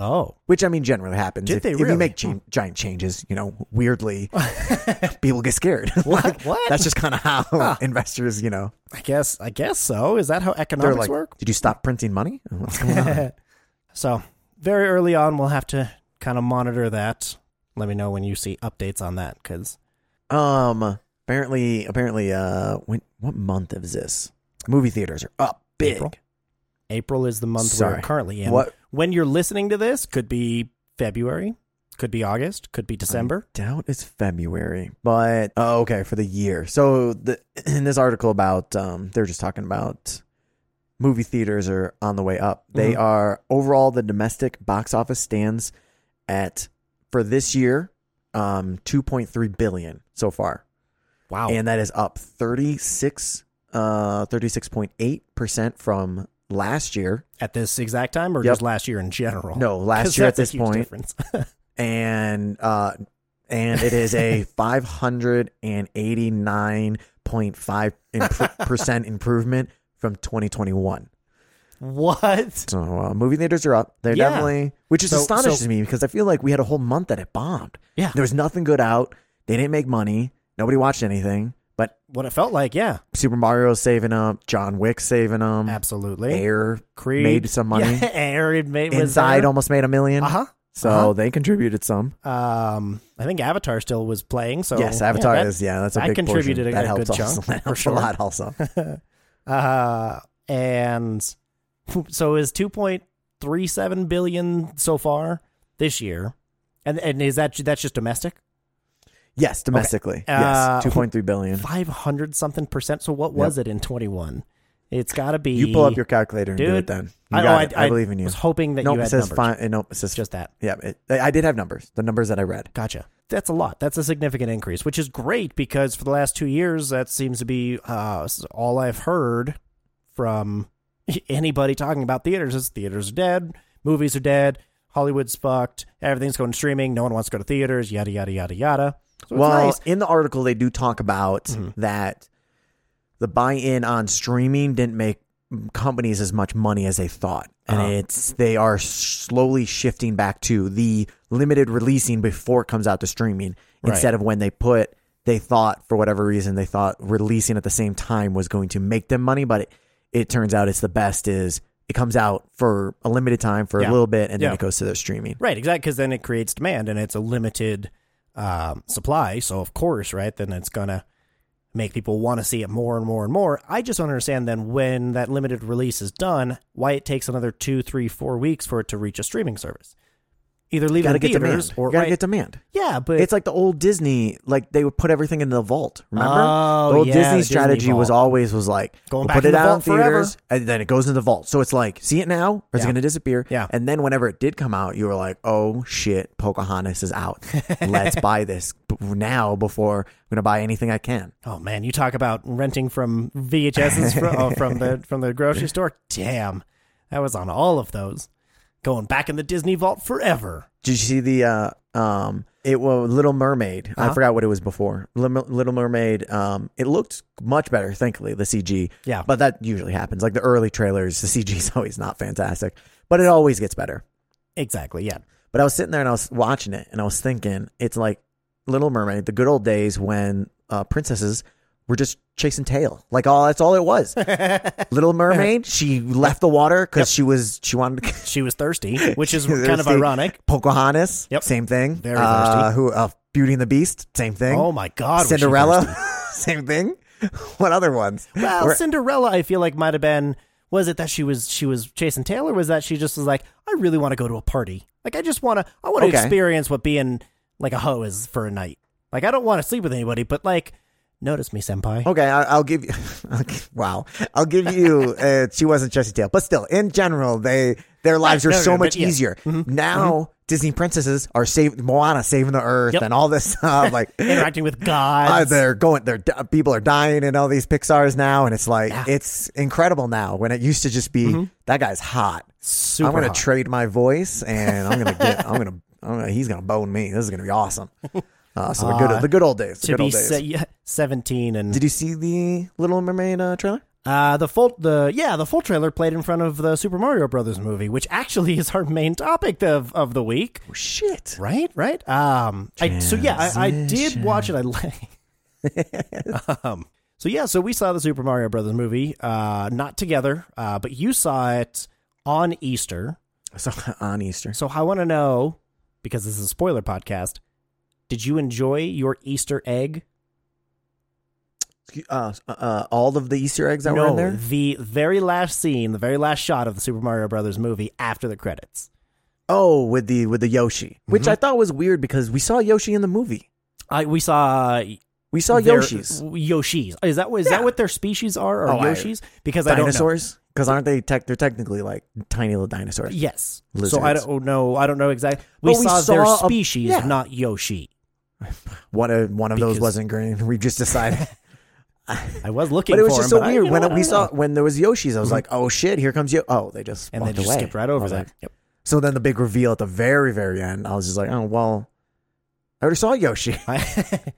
A: Oh,
B: which I mean generally happens.
A: Did
B: if,
A: they
B: if
A: really?
B: you make gi- giant changes, you know, weirdly,
A: Oh. <laughs>
B: people get scared. <laughs>
A: What? What?
B: That's just kind of how <laughs> investors, you know,
A: I guess I guess so. Is that how
B: they're
A: economics
B: like, <laughs>
A: work?
B: did you stop printing money? <laughs> What's going on?
A: <laughs> so very early on, we'll have to kind of monitor that. Let me know when you see updates on that, because
B: um, apparently, apparently, uh, when, what month is this? Movie theaters are up big.
A: April? April is the month we're
B: Sorry.
A: currently in.
B: What-
A: When you're listening to this, could be February, could be August, could be December.
B: Doubt it's February, but oh, okay, for the year. So the <clears throat> in this article about um, they're just talking about movie theaters are on the way up. They
A: Mhm.
B: are overall the domestic box office stands at for this year, um, two point three billion so far.
A: Wow.
B: and that is up 36 uh 36.8% from last year
A: at this exact time, or
B: Yep.
A: just last year in general?
B: No, last
A: <laughs> 'Cause
B: year at
A: that's a
B: this
A: huge
B: point.
A: difference. <laughs>
B: and uh and it
A: <laughs>
B: is a 589.5 impro-
A: <laughs>
B: percent improvement from 2021
A: what?
B: so uh, movie theaters are up they're
A: Yeah.
B: definitely which is
A: So-
B: astonishing
A: so-
B: to me because i feel like we had a whole month that it bombed
A: Yeah.
B: there was nothing good out they didn't make money nobody watched anything but
A: What it felt like? Yeah,
B: super mario's saving up john wick saving them
A: absolutely.
B: air
A: Creed
B: made some money
A: <laughs> Yeah, Air it made was
B: Inside
A: there.
B: almost made a 1000000
A: Uh-huh.
B: So
A: Uh-huh.
B: they contributed some.
A: Um, I think Avatar still was playing. So
B: yes, Avatar
A: Oh. yeah, that-
B: is. Yeah, that's a
A: that
B: big
A: contributed
B: portion.
A: a-
B: that
A: a
B: helped
A: good
B: also. <laughs>
A: chunk,
B: That
A: for
B: helped
A: sure.
B: a lot also. <laughs>
A: Uh, and <laughs> so is two point three seven billion so far this year, and and is that that's just domestic
B: yes, domestically.
A: Uh,
B: yes, two point three billion.
A: five hundred something percent. So what was it in twenty one? It's got to be.
B: You pull up your calculator and do
A: Dude.
B: it then. You
A: I,
B: got
A: oh,
B: it. I, believe in you.
A: was hoping that
B: nope,
A: you
B: it
A: had
B: says
A: numbers.
B: fine. Nope, it says
A: Just that.
B: Yeah, it, I I did have numbers. The numbers that I read.
A: Gotcha. That's a lot. That's a significant increase, which is great because for the last two years, that seems to be uh, s- all I've heard from <laughs> anybody talking about theaters is theaters are dead, movies are dead, Hollywood's fucked, everything's going to streaming, no one wants to go to theaters, yada, yada, yada, yada. So it's
B: well,
A: nice. Mm-hmm.
B: in the article they do talk about that the buy-in on streaming didn't make companies as much money as they thought, and
A: Uh-huh.
B: it's they are slowly shifting back to the limited releasing before it comes out to streaming
A: Right.
B: instead of when they put they thought for whatever reason they thought releasing at the same time was going to make them money, but it, it turns out it's the best is it comes out for a limited time for
A: Yeah.
B: a little bit and
A: Yeah.
B: then it goes to their streaming.
A: Right, exactly, because then it creates demand and it's a limited um, supply. So, of course, right, then it's going to make people want to see it more and more and more. I just don't understand then when that limited release is done, why it takes another two, three, four weeks for it to reach a streaming service. Either leave
B: You
A: it
B: gotta
A: in
B: get
A: theaters
B: demand.
A: or
B: you gotta
A: right.
B: get demand.
A: yeah, but
B: it's like the old Disney, like they would put everything in the vault. Remember,
A: Oh,
B: the old
A: yeah, the
B: Disney
A: Disney
B: strategy was
A: vault.
B: always was like
A: Going
B: we'll
A: back
B: put
A: in
B: it
A: the
B: out
A: vault
B: in
A: forever.
B: theaters, and then it goes in the vault. So it's like, see it now, or it's
A: Yeah.
B: going to disappear.
A: Yeah.
B: And then whenever it did come out, you were like, oh shit, Pocahontas
A: <laughs>
B: is out. Let's buy this b- now before I'm going to buy anything I can.
A: oh man, you talk about renting from
B: <laughs>
A: VHSs from, oh, from the from the grocery store. Damn, that was on all of those. Going back in the Disney vault forever.
B: Did you see the uh um it was Little Mermaid. I forgot what it was before. Little, Little Mermaid um it looked much better thankfully the CG.
A: Yeah.
B: But that usually happens. Like the early trailers the <laughs> CG's always not fantastic, but it always gets better.
A: Exactly. Yeah.
B: But I was sitting there and I was watching it and I was thinking it's like Little Mermaid, the good old days when uh, princesses were just chasing tail. Like all that's all it was. Little Mermaid, she left the water cuz she was she wanted to
A: She was
B: <laughs>
A: thirsty, which is
B: She's
A: kind of
B: thirsty.
A: ironic.
B: Pocahontas,
A: Yep.
B: same thing.
A: Very
B: Uh,
A: thirsty.
B: who uh, Beauty and the Beast, same thing.
A: Oh my God, was she
B: Cinderella, <laughs> same thing. What other ones?
A: Well,
B: Or-
A: Cinderella, I feel like might have been. Was it that she was she was chasing Taylor? Was that she just was like, I really want to go to a party. Like I just want to. I want to
B: Okay.
A: experience what being like a hoe is for a night. Like I don't want to sleep with anybody, but like, notice me, senpai.
B: okay, I, I'll give you. <laughs> I'll gi- wow, I'll give you.
A: <laughs>
B: Uh, she wasn't Jessie Tail, but still, in general, they their lives are
A: no,
B: so
A: no,
B: much
A: but Mm-hmm. yes.
B: easier now. Disney princesses are save Moana saving the Earth
A: Yep.
B: and all this <laughs>
A: <laughs>
B: stuff. Like
A: Interacting
B: <laughs>
A: with
B: Uh,
A: gods.
B: they're going. They're di- people are dying in all these Pixar's now, and it's like it's incredible now. When it used to just be
A: Mm-hmm.
B: that guy's hot.
A: Super
B: I'm gonna
A: hot.
B: trade my voice, and I'm gonna get.
A: <laughs>
B: I'm gonna. I'm gonna he's gonna bone me. This is gonna be awesome. Uh, so the good the good old days. The
A: to
B: good
A: be
B: old days.
A: se- yeah, seventeen and
B: Did you see the Little Mermaid uh, trailer?
A: Uh, the full the yeah the full trailer played in front of the Super Mario Brothers movie, which actually is our main topic of of the week.
B: Oh, shit.
A: Right, right. Um, I, so yeah, I, I did watch it. I
B: <laughs>
A: like. um, so yeah, so we saw the Super Mario Brothers movie, uh, not together, uh, but you saw it on Easter.
B: So <laughs> on Easter.
A: So I want to know because this is a spoiler podcast. Did you enjoy your Easter egg?
B: Uh, uh, all of the Easter eggs that were
A: no,
B: in there.
A: the very last scene, the very last shot of the Super Mario Brothers movie after the credits.
B: Oh, with the with the Yoshi, which
A: Mm-hmm.
B: I thought was weird because we saw Yoshi in the movie.
A: I we saw
B: We saw
A: their-
B: Yoshi's.
A: Yoshis. Is that is that what their species are? Are
B: Oh, I-
A: Yoshis? Because I don't know.
B: dinosaurs? Because aren't they tech? They're technically like tiny little dinosaurs.
A: Yes. So
B: Lizards.
A: I don't know. I don't know exactly. We,
B: But we
A: saw, their
B: saw a-
A: species,
B: yeah.
A: not Yoshi.
B: One of one of those
A: Because-
B: wasn't green. <laughs> We just decided.
A: I was looking.
B: but it was
A: for
B: just
A: him,
B: so
A: but I- you
B: weird
A: know
B: when
A: what, I
B: we
A: don't
B: saw
A: know. Mm-hmm.
B: when there was Yoshi's. I was like, oh shit, here comes you. Oh, they just
A: and
B: walked
A: then just
B: away.
A: skipped right
B: I
A: over
B: was
A: that.
B: like-
A: Yep.
B: so then the big reveal at the very very end. I was just like, oh well, I already saw Yoshi. <laughs>
A: I-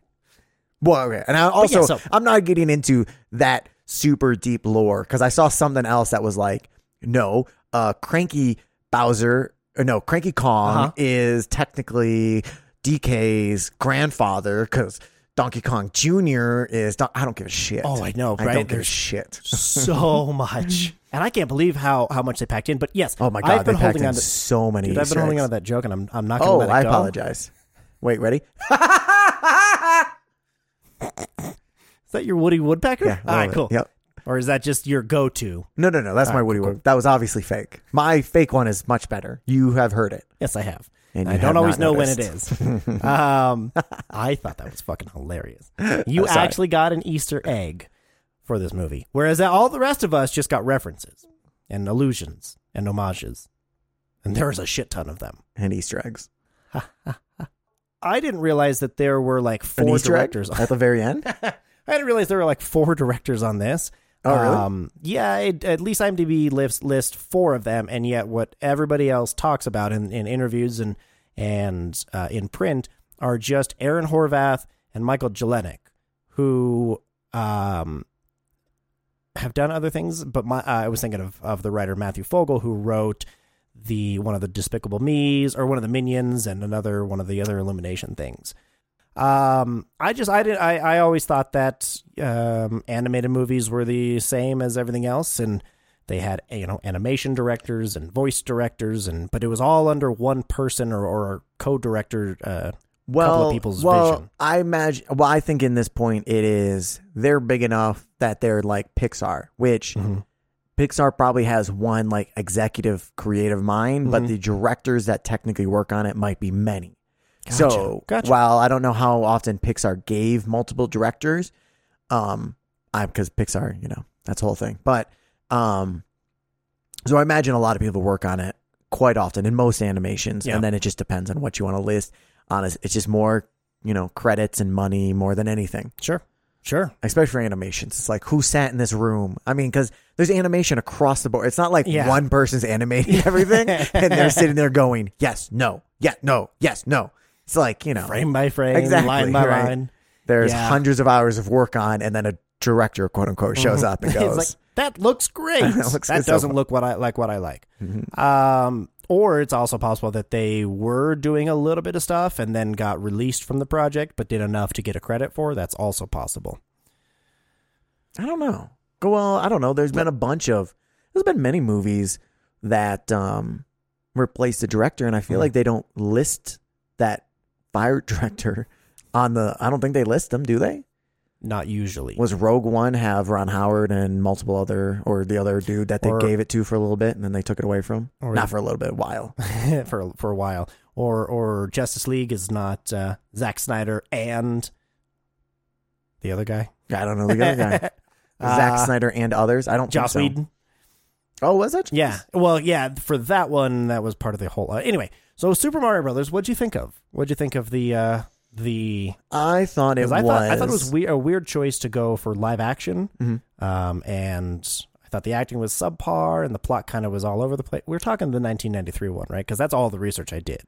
B: Well, okay. And I also,
A: yeah, so-
B: I'm not getting into that super deep lore because I saw something else that was like, no, uh, Cranky Bowser, or no, Cranky Kong
A: Uh-huh.
B: is technically DK's grandfather because Donkey Kong Jr. is, Don- I don't give a shit.
A: Oh, I know,
B: I
A: right?
B: don't give a
A: There's-
B: shit.
A: <laughs> so much, and I can't believe how how much they packed in. But yes,
B: Oh my God,
A: I've been
B: they packed
A: holding
B: in
A: on to.
B: so many
A: Dude, I've been
B: Easter
A: holding
B: eggs.
A: on to that joke, and I'm I'm not gonna
B: Oh,
A: let it
B: I
A: go.
B: apologize.
A: <laughs>
B: Wait, ready?
A: Is that your Woody Woodpecker?
B: Yeah, I
A: All
B: love
A: right,
B: it.
A: cool.
B: Yep.
A: Or is that just your go-to?
B: No, no, no. That's my Woody Wood. That was obviously fake. My fake one is much better. You have heard it.
A: Yes, I have.
B: And
A: I
B: you
A: don't
B: have
A: always
B: not
A: know when it
B: noticed.
A: is.
B: <laughs>
A: um, I thought that was fucking hilarious. You
B: sorry.
A: actually got an Easter egg for this movie, whereas all the rest of us just got references and allusions and homages, and there was a shit ton of them.
B: and Easter eggs.
A: I didn't realize that there were like
B: An
A: four
B: Easter egg
A: directors.
B: at the very
A: <laughs>
B: end.
A: I didn't realize there were like four <laughs> directors on this.
B: Oh, really?
A: Um, yeah, it, at least IMDb lists list four of them, and yet what everybody else talks about in, in interviews and and uh, in print are just Aaron Horvath and Michael Jelenic, who um, have done other things. But my, uh, I was thinking of of the writer Matthew Fogel, who wrote the one of the Despicable Me's or one of the Minions and another one of the other Illumination things. Um, I just I did I I always thought that um animated movies were the same as everything else, and they had you know animation directors and voice directors, and but it was all under one person or or co-director. Uh,
B: Well,
A: people's
B: well,
A: vision.
B: I imagine. Well, I think in this point it is they're big enough that they're like Pixar, which
A: Mm-hmm.
B: Pixar probably has one like executive creative mind, but
A: Mm-hmm.
B: the directors that technically work on it might be many. So
A: Gotcha.
B: while I don't know how often Pixar gave multiple directors, um, I because Pixar, you know, that's the whole thing. But um, so I imagine a lot of people work on it quite often in most animations,
A: Yeah.
B: and then it just depends on what you want to list. Honest, it's just more you know credits and money more than anything,
A: sure, sure.
B: especially for animations. It's like who sat in this room? I mean, because there's animation across the board. It's not like
A: Yeah.
B: one
A: <laughs>
B: person's animating everything and they're sitting there going yes, no, yeah, no, yes, no. It's like you know
A: Frame by frame,
B: Exactly,
A: line by
B: right. <laughs>
A: line.
B: there's
A: Yeah.
B: hundreds of hours of work on, and then a director, quote unquote, shows up
A: <laughs>
B: and goes,
A: it's Mm-hmm. like that looks great. that
B: <laughs> That looks good
A: doesn't
B: so far." Mm-hmm.
A: look what I like. What I like. Um, or it's also possible that they were doing a little bit of stuff and then got released from the project, but did enough to get a credit for. That's also possible.
B: I don't know. Well, I don't know. There's been a bunch of there's been many movies that um replace the director, and I
A: Mm-hmm.
B: feel like they don't list that fire <laughs> director on the. I don't think they list them, do they?
A: Not usually.
B: Was Rogue One have Ron Howard and multiple other or the other dude that they
A: Or-
B: gave it to for a little bit and then they took it away from?
A: Or-
B: Not for a little bit,
A: <laughs>
B: a while.
A: <laughs> for for a while, or or Justice League is not uh, Zack Snyder and the other guy,
B: I don't know the
A: <laughs>
B: other guy. Zack
A: Uh,
B: Snyder and others. I don't.
A: Joss
B: think so.
A: Whedon.
B: Oh, was it?
A: Yeah, well, yeah, for that one, that was part of the whole. Uh, anyway, so Super Mario Brothers, what'd you think of? What'd you think of the uh, the?
B: I thought it
A: 'cause
B: was. Mm-hmm.
A: I thought I thought it was we- a weird choice to go for live action, um, and I thought the acting was subpar and the plot kind of was all over the place. We were talking the 1993 one, right? Because that's all the research I did.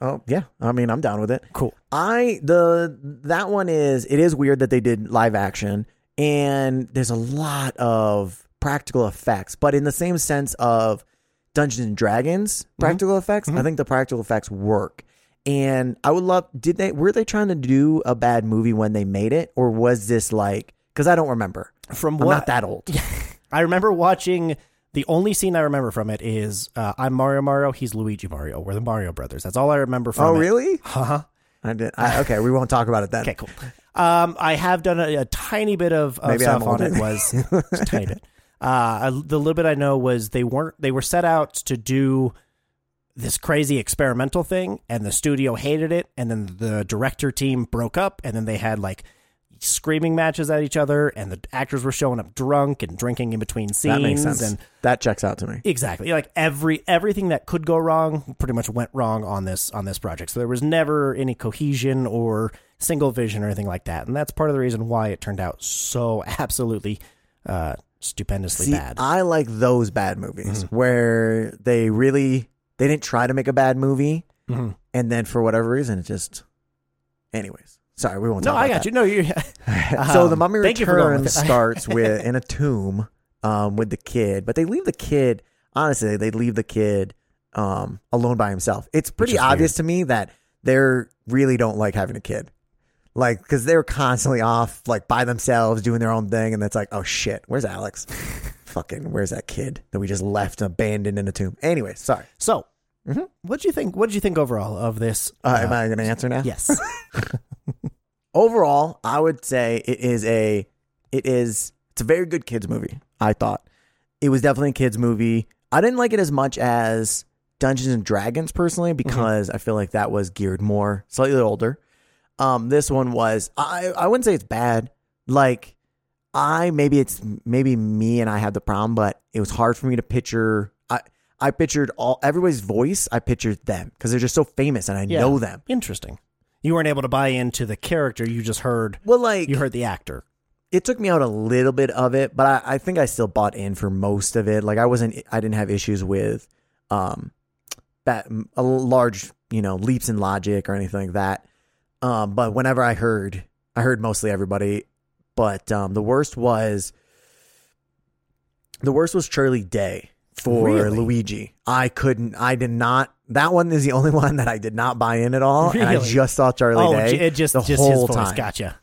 B: Oh yeah, I mean I'm down with it.
A: Cool.
B: I the that one is it is weird that they did live action and there's a lot of practical effects, but in the same sense of Dungeons and Dragons
A: Mm-hmm.
B: practical effects, I think the practical effects work. And I would love did they were they trying to do a bad movie when they made it or was this like cuz I don't remember.
A: From
B: I'm
A: what
B: not that old.
A: <laughs> I remember watching the only scene I remember from it is uh, I'm Mario Mario, he's Luigi Mario. We're the Mario Brothers. That's all I remember from
B: oh
A: it. Uh-huh.
B: really?
A: Huh?
B: I did. I, okay, we won't talk about it then.
A: Okay, cool. Um, I have done a, a tiny bit of, of
B: Maybe I'm
A: stuff on
B: older.
A: it.
B: <laughs>
A: Was just a tiny bit. Uh, a- the little bit I know was they weren't. They were set out to do this crazy experimental thing, and the studio hated it. And then the director team broke up, and then they had like screaming matches at each other, and the actors were showing up drunk and drinking in between scenes.
B: That makes sense.
A: And
B: that checks out to me.
A: Exactly. Like every everything that could go wrong pretty much went wrong on this on this project. So there was never any cohesion or single vision or anything like that. And that's part of the reason why it turned out so <laughs> absolutely uh stupendously
B: See,
A: bad. Mm-hmm.
B: I like those bad movies where they really they didn't try to make a bad movie,
A: Mhm.
B: and then for whatever reason, it just. Anyways, sorry, we won't.
A: no,
B: talk about
A: I got
B: that.
A: you. No, you <laughs>
B: so
A: Um,
B: the Mummy
A: thank you for going with
B: Returns
A: it. <laughs>
B: starts with in a tomb, um, with the kid, but they leave the kid. Honestly, they leave the kid um alone by himself. It's pretty
A: is weird.
B: obvious to me that they're really don't like having a kid. Like, because they're constantly off, like by themselves, doing their own thing, and it's like, oh shit,
A: <laughs>
B: where's Alex? Fucking, where's that kid that we just left abandoned in a tomb? Anyway, sorry.
A: So what do you think what did you think overall of this?
B: Mm-hmm. Uh, am I gonna answer now?
A: yes. <laughs>
B: overall, I would say it is a it is it's a very good kids movie. I thought it was definitely a kids movie. I didn't like it as much as Dungeons and Dragons personally
A: Mm-hmm.
B: because I feel like that was geared more slightly older. Um, this one was I I wouldn't say it's bad. Like I maybe it's maybe me and I had the problem, but it was hard for me to picture. I I pictured all everybody's voice. I pictured them because they're just so famous and I
A: Yeah.
B: know them.
A: Interesting. You weren't able to buy into the character you just heard.
B: Well, like
A: You heard the actor.
B: it took me out a little bit of it, but I, I think I still bought in for most of it. Like I wasn't, I didn't have issues with, um, that a large, you know, leaps in logic or anything like that. Um, but whenever I heard, I heard mostly everybody, but um, the worst was, the worst was Charlie Day for
A: Really?
B: Luigi. I couldn't, I did not. That one is the only <laughs> one that I did not buy in at all. And I
A: Really?
B: just saw Charlie
A: oh,
B: Day
A: j- it just
B: the
A: just
B: whole
A: his voice.
B: time.
A: Gotcha.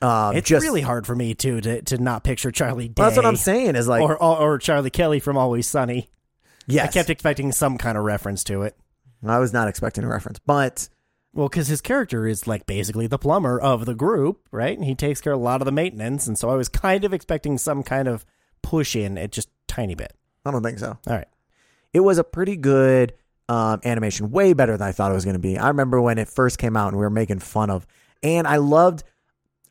B: Um,
A: It's
B: just-
A: really hard for me too to to not picture Charlie Day.
B: Well, that's what I'm saying. Is like
A: or, or or Charlie Kelly from Always Sunny.
B: Yes.
A: I kept expecting some kind of reference to it.
B: I was not expecting a reference, but
A: Well, because his character is like basically the plumber of the group, right? And he takes care of a lot of the maintenance, and so I was kind of expecting some kind of push in, it just tiny bit.
B: I don't think so.
A: All right,
B: It was a pretty good um, animation, way better than I thought it was going to be. I remember when it first came out and we were making fun of, and I loved.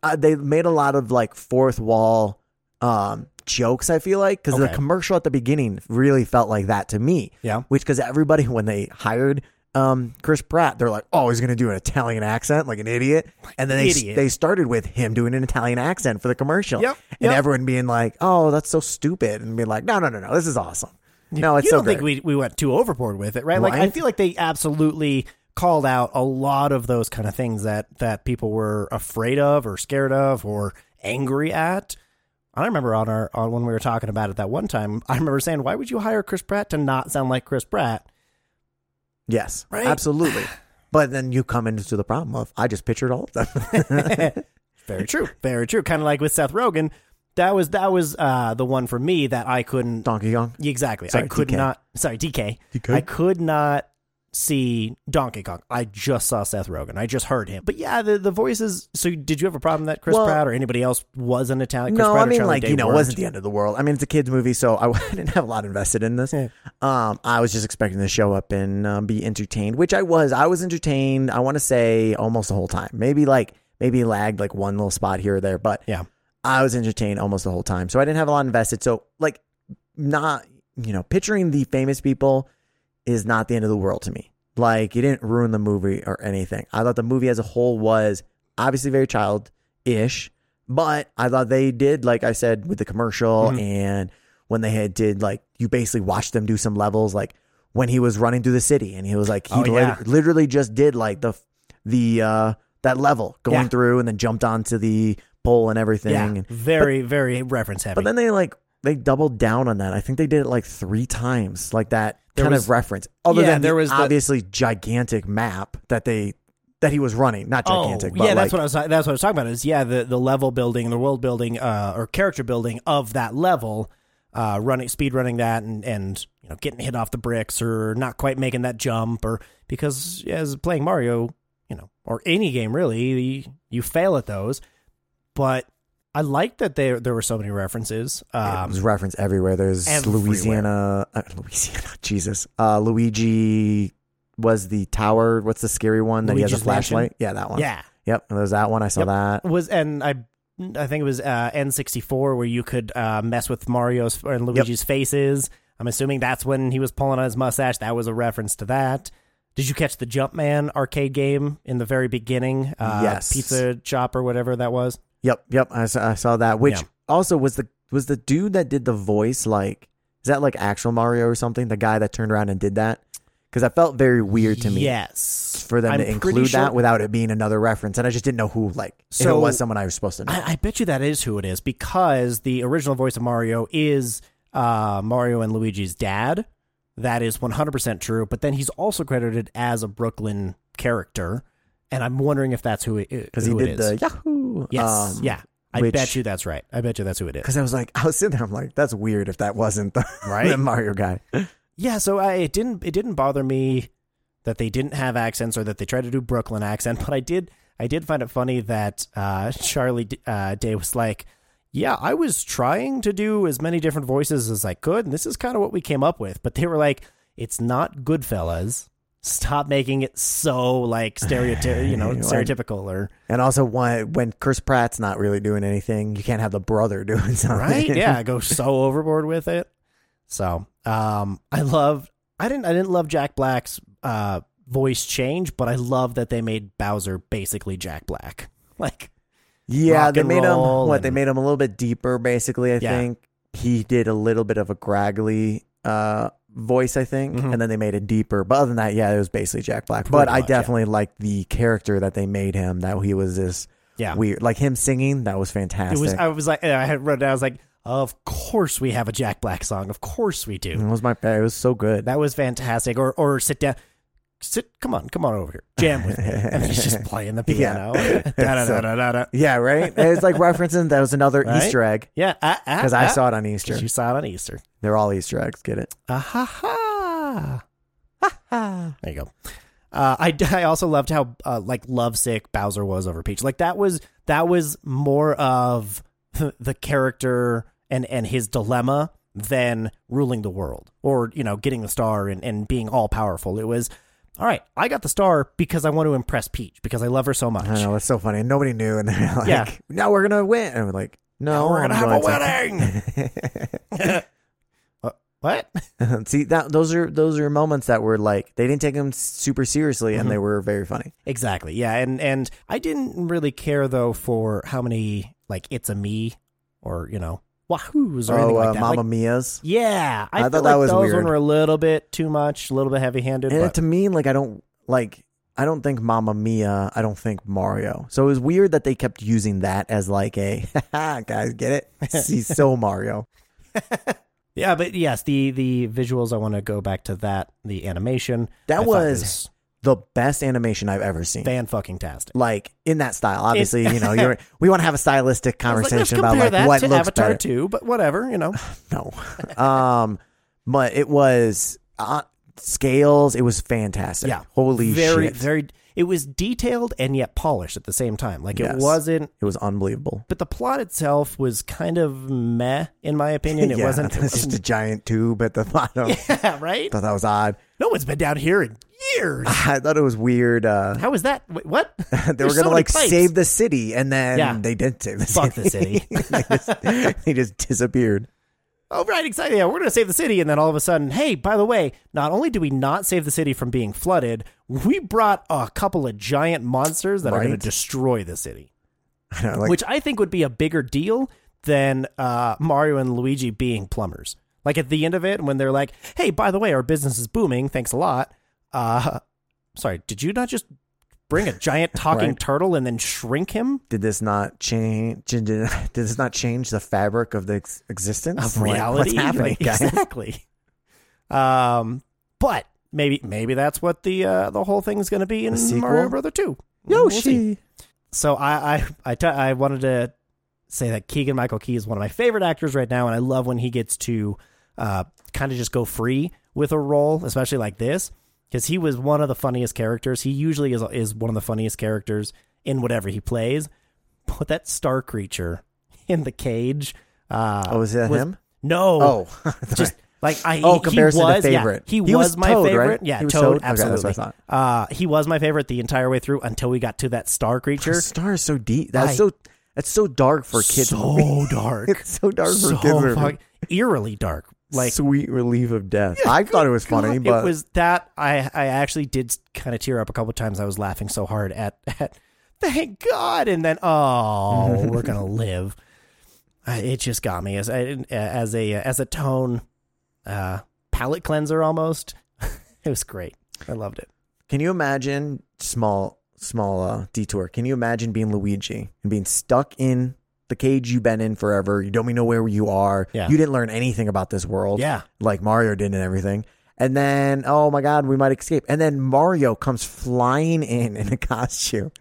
B: Uh, they made a lot of like fourth wall um, jokes. I feel like because the
A: Okay.
B: commercial at the beginning really felt like that to me.
A: Yeah.
B: which because everybody <laughs> when they hired. Um, Chris Pratt, they're like, oh, he's gonna do an Italian accent like an idiot, and then they
A: idiot.
B: they started with him doing an Italian accent for the commercial,
A: Yep,
B: and
A: yep.
B: everyone being like, oh, that's so stupid, and being like, no, no, no, no, this is awesome. No, Oh, it's
A: you
B: so
A: don't
B: good.
A: think we we went too overboard with it, right? Like I
B: Right.
A: feel like they absolutely called out a lot of those kind of things that that people were afraid of or scared of or angry at. I remember on our on when we were talking about it that one time, I remember saying, "Why would you hire Chris Pratt to not sound like Chris Pratt?"
B: Yes,
A: Right?
B: <sighs> absolutely. But then you come into the problem of I just pictured all of them. <laughs>
A: Very true. Very true. Kind of like with Seth Rogen, that was that was uh, the one for me that I couldn't
B: Donkey Kong.
A: exactly. I
B: Sorry,
A: could
B: DK.
A: not. Sorry, DK.
B: DK?
A: I could not see Donkey Kong. I just saw Seth Rogen. I just heard him. But yeah, the the voices. So did you have a problem that Chris
B: Well-
A: Pratt or anybody else was an Italian? Chris
B: no,
A: Pratt
B: I
A: or
B: mean
A: Charlie
B: like
A: Day
B: you know, it
A: weren't?
B: wasn't the end of the world. I mean, it's a kids movie, so I <laughs> didn't have a lot invested in this.
A: Yeah.
B: Um, I was just expecting to show up and um, be entertained, which I was. I was entertained. I want to say almost the whole time. Maybe like maybe lagged like one little spot here or there, but
A: Yeah.
B: I was entertained almost the whole time. So I didn't have a lot invested. So like not you know picturing the famous people is not the end of the world to me. Like it didn't ruin the movie or anything. I thought the movie as a whole was obviously very childish, but I thought they did like I said with the commercial
A: Mm-hmm.
B: and when they had did like you basically watched them do some levels like when he was running through the city and he was like he
A: Oh,
B: lit-
A: yeah.
B: literally just did like the the uh that level going
A: Yeah.
B: through and then jumped onto the pole and everything
A: Yeah,
B: and
A: very very reference heavy.
B: but then they like they doubled down on that. I think they did it like three times, like that
A: There
B: kind
A: was-
B: of reference. Other
A: Yeah,
B: than
A: there
B: there
A: was
B: was
A: the-
B: obviously gigantic map that they that he was running, not gigantic.
A: Oh,
B: but
A: yeah, that's
B: like,
A: what I was. That's what I was talking about. Is yeah, the the level building, the world building, uh, or character building of that level, uh, running speed running that, and and you know getting hit off the bricks or not quite making that jump, or because as playing Mario, you know, or any game really, you, you fail at those. But I like that there there were so many references.
B: Yeah,
A: Um,
B: there's reference everywhere. There's
A: everywhere.
B: Louisiana, uh, Louisiana. <laughs> Jesus, uh, Luigi was the tower. What's the scary one that he has a
A: Luigi's Mansion?
B: flashlight? Yeah, that one.
A: yeah,
B: Yep. And there's that one. I saw
A: Yep.
B: that.
A: was and I. I think it was uh, N64 where you could uh, mess with Mario's and Luigi's faces. I'm assuming that's when he was pulling on his mustache. That was a reference to that. Did you catch the Jumpman arcade game in the very beginning? Uh,
B: Yes.
A: Pizza shop or whatever that was.
B: Yep. Yep. I saw, I saw that. Which
A: Yeah.
B: also was the was the dude that did the voice like is that like actual Mario or something? The guy that turned around and did that because that felt very weird to me.
A: Yes.
B: for them
A: I'm
B: to
A: pretty
B: include
A: sure-
B: that without it being another reference. And I just didn't know who, like, if
A: So-
B: it was someone I was supposed to know.
A: I, I bet you that is who it is because the original voice of Mario is uh, Mario and Luigi's dad. That is 100% true. But then he's also credited as a Brooklyn character. And I'm wondering if that's who it is.
B: Because he did the Yahoo.
A: Yes.
B: um,
A: yeah. I
B: which-
A: bet you that's right. I bet you that's who it is.
B: Because I was like, <laughs> I was sitting there, I'm like, that's weird if that wasn't the, <laughs>
A: Right?
B: the Mario guy.
A: Yeah, so I, it didn't it didn't bother me that they didn't have accents or that they tried to do Brooklyn accent, <laughs> but I did I did find it funny that uh, Charlie D- uh, Day was like, "Yeah, I was trying to do as many different voices as I could, and this is kind of what we came up with." But they were like, "It's not Goodfellas. stop making it so like stereotypical, you know,
B: Well,
A: stereotypical or
B: And also, why, when Chris Pratt's not really doing anything, you can't have the brother <laughs> doing something.
A: right? yeah, go so overboard with it. So, um, I love. I didn't. I didn't love Jack Black's uh voice change, but I love that they made Bowser basically Jack Black. <laughs> Like,
B: Yeah,
A: Rock
B: they
A: and
B: made him
A: roll
B: what?
A: and-
B: They made him a little bit deeper, basically. I
A: Yeah.
B: think he did a little bit of a graggly uh, voice, I think,
A: Mhm.
B: and then they made it deeper. But other than that, yeah, it was basically Jack Black.
A: Pretty
B: but I
A: much, yeah.
B: definitely liked the character that they made him. That he was this
A: yeah,
B: weird, like him singing. That was
A: it
B: fantastic.
A: was. I was like, I had wrote it down. I was like, of course we have a Jack Black song. Of course we do.
B: it was my. It was so good.
A: That was fantastic. Or or sit down. Sit, come on, come on over here. Jam with me. And he's
B: <laughs>
A: just playing the
B: Yeah.
A: piano. <laughs> Da, da,
B: So-
A: da, da, da, da. <laughs>
B: yeah, right. It's like referencing that was another
A: Right?
B: Easter egg
A: Yeah, ah, ah,
B: because I
A: ah.
B: saw it on
A: 'Cause
B: Easter.
A: you saw it on Easter.
B: They're all Easter eggs. Get it?
A: Ah, ha, ha. There you go. Uh, I, I also loved how uh, like lovesick Bowser was over Peach. Like that was that was more of <laughs> the character and and his dilemma than ruling the world or you know getting the star and and being all powerful. It was all right. I got the star because I want to impress Peach because I love her so much.
B: I know it's so funny. And nobody knew, and they're like,
A: Yeah.
B: "Now we're gonna win." And we're like, "No,
A: we're
B: I'm
A: gonna have a
B: going to-
A: wedding.
B: <laughs>
A: what?
B: See that those are those are moments that were like they didn't take them super seriously and they
A: Mm-hmm.
B: were very funny.
A: Exactly. Yeah, and and I didn't really care though for how many like it's a me or you know wahoos or anything
B: oh,
A: like
B: uh,
A: that.
B: Mamma
A: Like,
B: Mia's.
A: yeah, I,
B: I
A: felt
B: thought that
A: like
B: was
A: those
B: weird.
A: one were a little bit too much, a little bit heavy handed.
B: And
A: But
B: to me, like I don't like I don't think Mamma Mia. I don't think Mario. So it was weird that they kept using that as like a <laughs> guys get
A: <laughs>
B: it. He's so Mario.
A: yeah, but yes, the the visuals. I want to go back to that. The animation I
B: That
A: thought
B: was the best animation I've ever seen.
A: fan fucking tastic.
B: Like in that style, obviously,
A: <laughs>
B: you know, you're we want to have a stylistic conversation about like
A: that
B: what
A: to
B: looks
A: Avatar
B: better.
A: two, but whatever, you know.
B: No. <laughs> um, but it was uh, scales. It was fantastic.
A: Yeah.
B: Holy
A: very
B: shit.
A: very. It was detailed and yet polished at the same time. Like
B: Yes.
A: it wasn't
B: it was unbelievable.
A: but the plot itself was kind of meh in my opinion. It
B: <laughs> yeah,
A: wasn't.
B: It was just a giant tube at the <laughs> bottom.
A: <laughs> yeah, right.
B: Thought that was odd.
A: No one's been down here in
B: <laughs>
A: years.
B: I thought it was weird. Uh,
A: How is that? Wait, what?
B: <laughs> they were gonna like save the city, and then
A: Yeah.
B: they didn't save the
A: Fuck
B: city.
A: the city.
B: <laughs> they, just, they just disappeared.
A: oh, right, exactly. Yeah, we're gonna save the city, and then all of a sudden, hey, by the way, not only do we not save the city from being flooded, we brought a couple of giant monsters that are gonna
B: Right.
A: destroy the city,
B: I don't know, like
A: which I think would be a bigger deal than uh, Mario and Luigi being plumbers. Like at the end of it, when they're like, "Hey, by the way, our business is booming. Thanks a lot." Uh, sorry, did you not just bring a
B: <laughs>
A: giant talking
B: Right.
A: turtle and then shrink him?
B: did this not change? Did, did <laughs> this not change the fabric <laughs> of the ex- existence
A: of
B: Like,
A: reality. <laughs>
B: what's happening,
A: Like,
B: guys?
A: Exactly. Um, but maybe maybe that's what the uh, the whole thing's going to be in
B: A sequel?
A: Mario Brother Two. We'll see.
B: Yoshi.
A: So I I I, t- I wanted to say that Keegan Michael Key is one of my favorite actors right now, and I love when he gets to uh, kind of just go free with a role, especially like this, because he was one of the funniest characters. He usually is is one of the funniest characters in whatever he plays. But that star creature in the cage. Uh,
B: Oh, was that him?
A: No,
B: Oh, <laughs>
A: just like I
B: Oh,
A: he-
B: comparison
A: he
B: to
A: was, yeah,
B: favorite.
A: he,
B: He
A: was,
B: was
A: my
B: Toad, right?
A: favorite. Yeah,
B: He was Toad?
A: Toad,
B: Okay, that's what I
A: absolutely. uh, he was my favorite the entire way through until we got to that star creature.
B: Star is so deep. That's
A: I-
B: so that's so dark for kids. <laughs>
A: so <laughs> dark,
B: it's so dark for
A: so
B: kids. movie.
A: fuck- eerily dark. Like
B: Like sweet relief of death. I thought it was funny,
A: God,
B: but
A: it was that I I actually did kind of tear up a couple times. I was laughing so hard at <laughs> at thank God, and then
B: <laughs>
A: oh, we're gonna live. I- It just got me as I- as a as a tone uh, palate cleanser almost. <laughs> it was great. I loved it.
B: can you imagine small small uh, detour? Can you imagine being Luigi and being stuck in the cage you've been in forever? You don't even know where you are.
A: Yeah.
B: You didn't learn anything about this world.
A: Yeah.
B: like Mario did and everything. And then, oh my God, we might escape. And then Mario comes flying in in a <laughs> costume.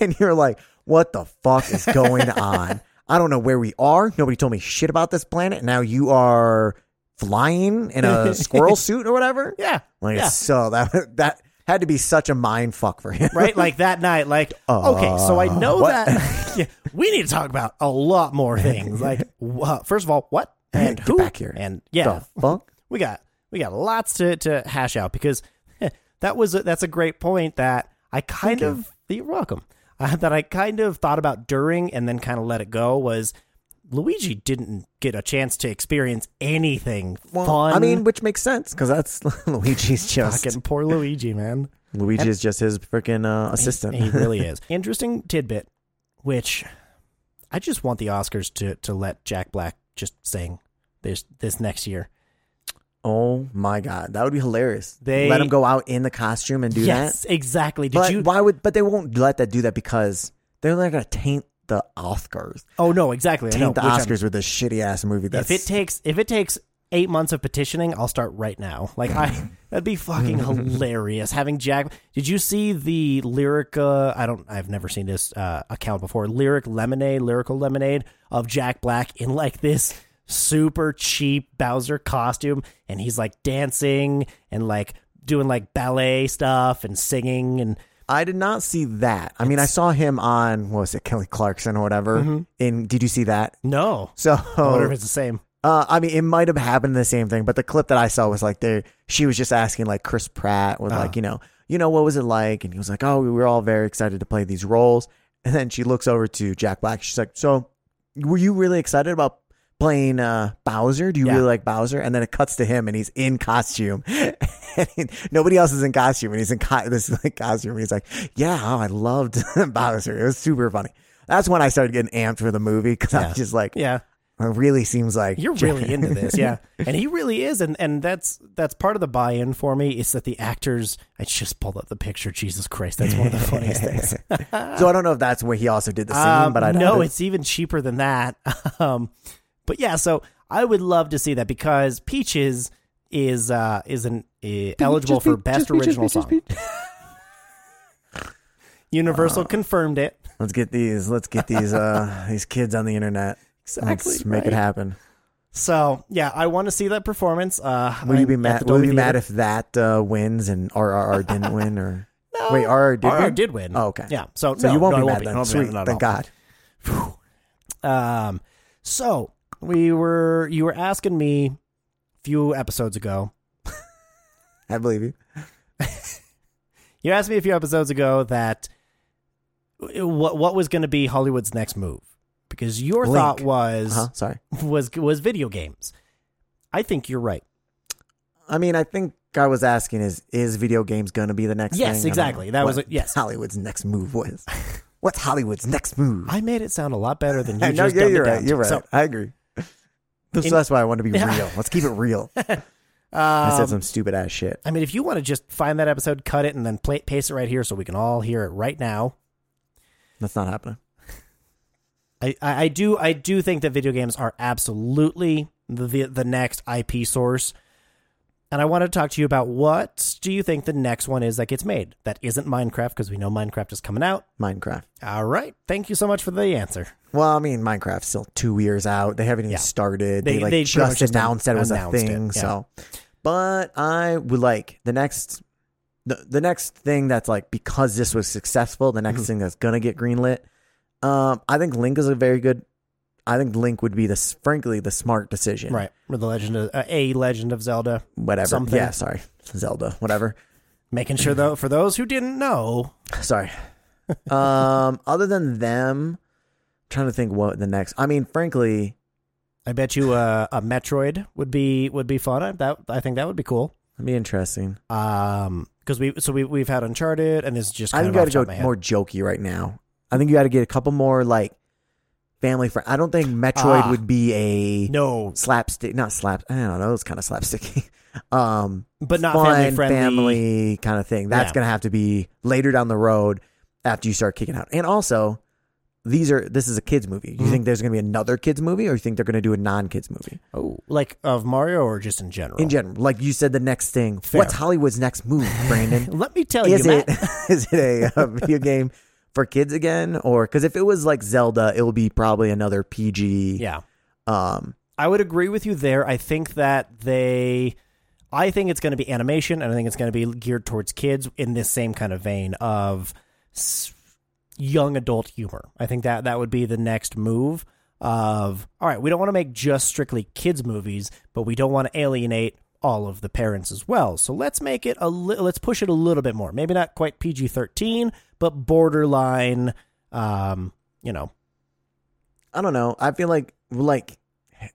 B: And you're like, what the fuck is
A: <laughs>
B: going on? I don't know where we are. Nobody told me shit about this planet. Now you are flying
A: <laughs>
B: in a squirrel suit or whatever.
A: Yeah.
B: Like,
A: yeah.
B: so that, that had to be such a mind fuck for him. <laughs>
A: right? Like that night, like, okay, so I
B: Uh,
A: know that
B: <laughs>
A: <laughs> Yeah, we need to talk about a lot more things. Like, wha- first of all, what and
B: Get
A: who?
B: back here.
A: And
B: The
A: yeah,
B: fuck?
A: we got we got lots to to hash out because <laughs> heh, that was a, that's a great point that I kind
B: Thank you.
A: of you. are welcome <laughs> uh, that I kind of thought about during and then kind of let it go was Luigi didn't get a chance to experience anything
B: Well,
A: fun.
B: I mean, which makes sense because that's
A: <laughs>
B: <laughs> Luigi's just
A: fucking poor Luigi, man.
B: Luigi is just his freaking uh, assistant.
A: He really is. Interesting tidbit, which I just want the Oscars to to let Jack Black just sing this this next year.
B: <laughs> oh my god, that would be hilarious.
A: They-
B: let him go out in the costume and do
A: yes,
B: that.
A: exactly. Did
B: But
A: you?
B: why would? But they won't let that do that because they're not gonna taint the Oscars.
A: oh no, exactly. I know,
B: Taint the
A: which I'm-
B: Oscars with this shitty ass movie. That's
A: if it takes if it takes eight months of petitioning, I'll start right now. Like I, that'd be fucking hilarious. Having Jack, did you see the lyric? Uh, I don't. I've never seen this uh, account before. Lyric lemonade, lyrical lemonade of Jack Black in like this super cheap Bowser costume, and he's like dancing and like doing like ballet stuff and singing and
B: I did not see that. I mean, I saw him on what was it, Kelly Clarkson or whatever.
A: Mm-hmm.
B: In did you see that?
A: no.
B: So
A: I wonder if it's the same.
B: Uh, I mean, it might have happened the same thing, but the clip that I saw was like there. She was just asking like Chris Pratt with
A: Uh-huh.
B: like you know, you know what was it like, and he was like, oh, we were all very excited to play these roles, and then she looks over to Jack Black. She's like, so were you really excited about playing uh, Bowser? Do you
A: Yeah.
B: really like Bowser? And then it cuts to him, and he's in costume. <laughs> And he- nobody else is in costume, and he's in co- this like costume. And he's like, yeah, oh, I loved <laughs> Bowser. It was super funny. That's when I started getting amped for the movie because I
A: Yeah.
B: was just like,
A: Yeah.
B: it really seems like
A: You're really <laughs> into this, yeah. And he really is, and and that's that's part of the buy-in for me is that the actors. I just pulled up the picture. Jesus Christ, that's one <laughs> of the funniest things.
B: <laughs> so I don't know if that's where he also did the singing,
A: Um,
B: but I don't
A: no, it's even cheaper than that. <laughs> Um, but yeah, so I would love to see that because Peaches is uh is an uh, eligible for best original song. <laughs> Universal confirmed it.
B: Let's get these. Let's get
A: <laughs>
B: these. Uh, these kids on the internet.
A: Exactly
B: Let's make it
A: right.
B: happen.
A: So yeah, I want to see that performance. Uh,
B: Will you be
A: I'm at
B: mad?
A: the
B: Will you
A: Dolby
B: be mad
A: Theater.
B: if that uh, wins and
A: <laughs>
B: RRR didn't win? Or
A: No.
B: wait, RRR did
A: RR
B: win?
A: did win.
B: Oh, okay.
A: Yeah. So,
B: So
A: no,
B: you won't
A: no, I
B: be mad
A: be. I
B: then.
A: won't be mad
B: Sweet.
A: at all.
B: Thank God.
A: Um, so we were you were asking me a few episodes ago.
B: I believe you.
A: You asked me a few episodes ago that uh, what what was going to be Hollywood's next move because your
B: Link.
A: thought was
B: Huh? Uh-huh. Sorry.
A: <laughs> was was video games. I think you're right.
B: I mean, I think I was asking is is video games gonna be the next?
A: Yes,
B: thing? I don't
A: exactly.
B: know
A: That was
B: what
A: a- yes.
B: Hollywood's next
A: <laughs>
B: move was. What's Hollywood's next move?
A: I made it sound a lot better
B: <laughs>
A: than you
B: I know,
A: just
B: yeah,
A: dumbed
B: you're
A: it down
B: right.
A: to.
B: You're right.
A: So,
B: I agree. So
A: In-
B: that's why I want to be
A: <laughs> Yeah.
B: real. Let's keep it
A: <laughs>
B: real. I said some stupid ass shit.
A: um, I mean, if you want to just find that episode, cut it, and then play, paste it right here so we can all hear it right now.
B: That's not happening.
A: I, I I do I do think that video games are absolutely the, the the next IP source. And I want to talk to you about what do you think the next one is that gets made that isn't Minecraft because we know Minecraft is coming out.
B: Minecraft.
A: All right, thank you so much for the answer.
B: Well, I mean, Minecraft's still two years out. They haven't even
A: Yeah.
B: started.
A: They-
B: They, like
A: they pretty much
B: just
A: just
B: announced that it was a
A: announced it,
B: thing.
A: yeah.
B: So, but I would like the next, the, the next thing that's like because this was successful, the
A: Mm-hmm.
B: next thing that's gonna get greenlit. Um, I think Link is a very good. I think Link would be the s- frankly the smart decision.
A: Right, with the Legend of uh, a Legend of Zelda,
B: Whatever.
A: Something.
B: Yeah. Sorry. Zelda. Whatever.
A: making sure though for those who didn't know,
B: Sorry. <laughs> um. Other than them, trying to think what the next. I mean, frankly,
A: I bet you uh, a Metroid would be would be fun. I, that I think that would be cool.
B: it'd be interesting.
A: Um, because we so we we've had Uncharted, and this is just
B: I
A: kind of
B: think you
A: off
B: got
A: the top
B: to
A: of my
B: go
A: head.
B: more jokey right now. I think you got to get a couple more like family friend. I don't think Metroid
A: Ah.
B: would be a
A: no,
B: slapstick, not slap. I don't know. It was kind of slapsticky. <laughs> Um,
A: but not family
B: fun
A: friendly.
B: kind of thing. That's
A: Yeah.
B: gonna have to be later down the road after you start kicking out. And also, these are this is a kids movie. You
A: Mhm.
B: think there's gonna be another kids movie, or you think they're gonna do a non kids movie
A: Oh, like of Mario or just in general?
B: in general? Like you said, the next thing.
A: Fair.
B: What's Hollywood's
A: <laughs>
B: next move, Brandon?
A: Let me tell
B: is
A: you,
B: it
A: Matt.
B: <laughs> is it a, uh video game for kids again or because if it was like zelda it will be probably another pg
A: Yeah,
B: um
A: I would agree with you there. I think that they, I think it's going to be animation, and I think it's going to be geared towards kids in this same kind of vein of s- young adult humor. I think that that would be the next move. Of all right, we don't want to make just strictly kids movies, but we don't want to alienate all of the parents as well. So let's make it a li- let's push it a little bit more. Maybe not quite PG thirteen, but borderline. Um, you know,
B: I don't know. I feel like like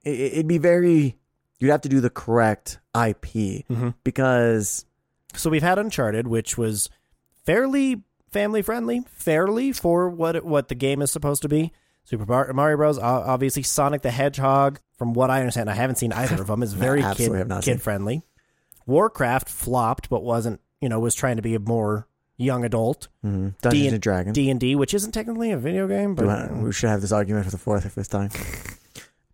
B: it, it'd be very. You'd have to do the correct IP
A: Mhm.
B: because
A: so we've had Uncharted, which was fairly family friendly, fairly for what it, what the game is supposed to be. Super Mar- Mario Bros. o- Obviously, Sonic the Hedgehog. From what I understand, I haven't seen either of
B: <laughs>
A: them. Is very
B: absolutely have
A: kid,
B: not seen.
A: kid friendly. Warcraft flopped, but wasn't you know was trying to be a more young adult.
B: Mhm. Dungeons
A: D-
B: and Dragons.
A: D and D, which isn't technically a video game,
B: Do I-
A: but
B: we should have this argument for the fourth or fifth time.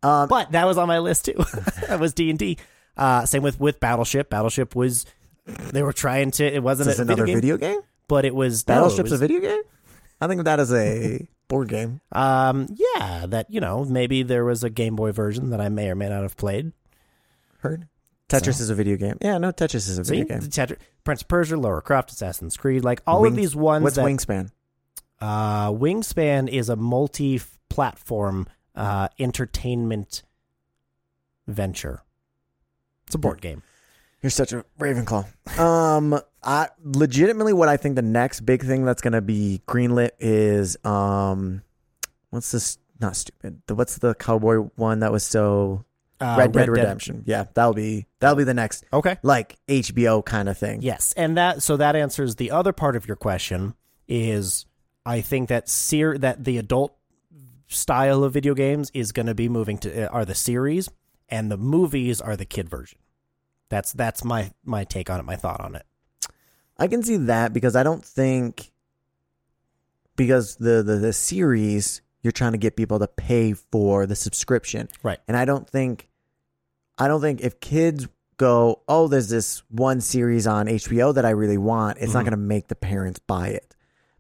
B: Um,
A: but that was on my list too.
B: <laughs>
A: <laughs> that was D and D. Uh, same with with Battleship. Battleship was they were trying to. It wasn't
B: is this
A: a video
B: another
A: game,
B: video game?
A: but it was no, it
B: Battleship's
A: was-
B: a video game? I think of that
A: <laughs>
B: as a board game.
A: Um, yeah, that you know maybe there was a Game Boy version that I may or may not have played.
B: Heard? Tetris is a video game. Yeah, no, Tetris is a
A: See,
B: video game.
A: The Tetris- Prince of Persia, Lara Croft, Assassin's Creed, like all
B: Wing-
A: of these ones.
B: What's
A: that,
B: Wingspan?
A: Uh, Wingspan is a multi-platform uh, entertainment venture. It's a board game.
B: You're such a Ravenclaw. Um, I legitimately what I think the next big thing that's gonna be greenlit is um, what's this? Not stupid. The, what's the cowboy one that was so
A: Uh,
B: Red Dead Redemption? Yeah, that'll be that'll be the next
A: Okay.
B: like HBO kind of thing.
A: Yes, and that so that answers the other part of your question is I think that ser- that the adult style of video games is going to be moving to uh, are the series and the movies are the kid version. That's that's my my take on it, my thought on it.
B: I can see that because I don't think because the, the the series you're trying to get people to pay for the subscription.
A: Right.
B: And I don't think I don't think if kids go, "Oh, there's this one series on HBO that I really want." It's not
A: Mhm.
B: going to make the parents buy it.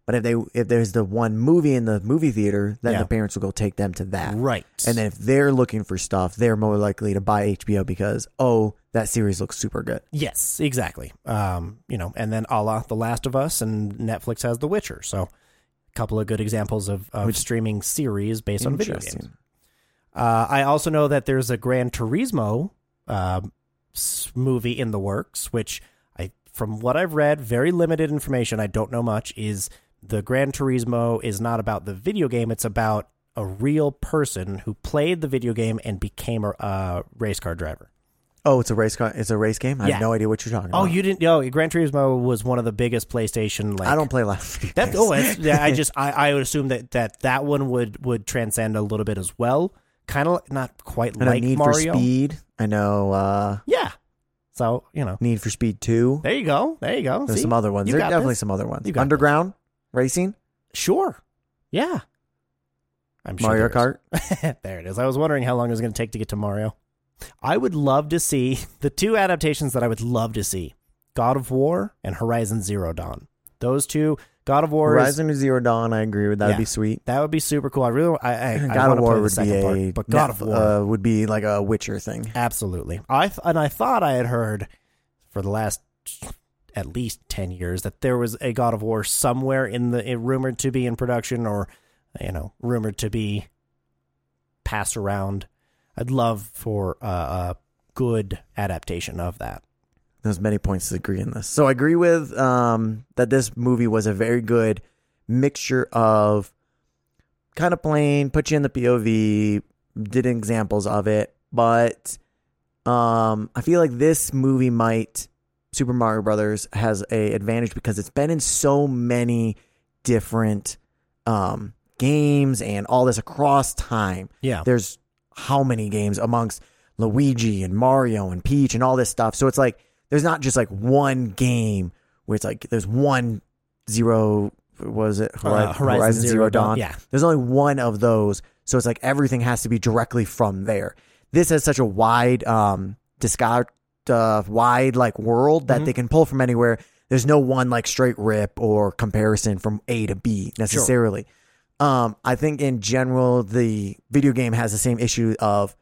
B: But if they if there's the one movie in the movie theater, then
A: Yeah.
B: the parents will go take them to that.
A: Right.
B: And then if they're looking for stuff, they're more likely to buy HBO because, "Oh, that series looks super good."
A: yes, exactly. Um, you know, and then a la The Last of Us and Netflix has The Witcher. So a couple of good examples of, of streaming series based on video games. Uh, I also know that there's a Gran Turismo uh, s- movie in the works, which I, from what I've read, very limited information. I don't know much. Is the Gran Turismo is not about the video game; it's about a real person who played the video game and became a uh, race car driver.
B: Oh, it's a race car. It's a race game. I
A: Yeah.
B: have no idea what you're talking
A: Oh,
B: about.
A: you didn't? Oh, Gran Turismo was one of the biggest PlayStation. Like, <laughs>
B: I don't play last. That,
A: That, oh, it's, yeah, <laughs>
B: <laughs>
A: I just I, I would assume that, that that one would would transcend a little bit as well. Kind of not quite
B: I know
A: like
B: Need
A: Mario.
B: for Speed. I know uh,
A: Yeah. So, you know,
B: Need for Speed Two.
A: there you go. There you go.
B: There's
A: See?
B: some other ones.
A: You
B: There's
A: got
B: definitely
A: this.
B: some other ones.
A: You got
B: Underground racing,
A: Sure. Yeah. I'm sure
B: Mario
A: there
B: Kart.
A: is. <laughs> there it is. I was wondering how long it was going to take to get to Mario. I would love to see <laughs> the two adaptations that I would love to see God of War and Horizon Zero Dawn. Those two, God of War, is,
B: Horizon Zero Dawn. I agree with that.
A: Yeah.
B: Would be sweet.
A: that would be super cool. I really, <clears throat> I, I, I
B: God
A: want
B: of
A: to play
B: War
A: the
B: would be
A: second
B: a
A: part, but God of War.
B: Uh, would be like a Witcher thing.
A: Absolutely. I th- and I thought I had heard for the last at least 10 years that there was a God of War somewhere in the it rumored to be in production or you know, rumored to be passed around. I'd love for uh, a good adaptation of that.
B: There's many points to agree in this. So I agree with um, that. This movie was a very good mixture of kind of plain, put you in the POV, did examples of it, but um, I feel like this movie might Super Mario Brothers has a advantage because it's been in so many different um, games and all this across time
A: Yeah.
B: there's how many games amongst Luigi and Mario and Peach and all this stuff. So it's like there's not just like one game where it's like there's one zero what was it Hori-
A: Uh, Horizon Zero Dawn, yeah.
B: There's only one of those, so it's like everything has to be directly from there. This has such a wide um discard uh, wide like world that they can pull from anywhere. There's no one like straight rip or comparison from A to B necessarily. Um, I think in general, the video game has the same issue of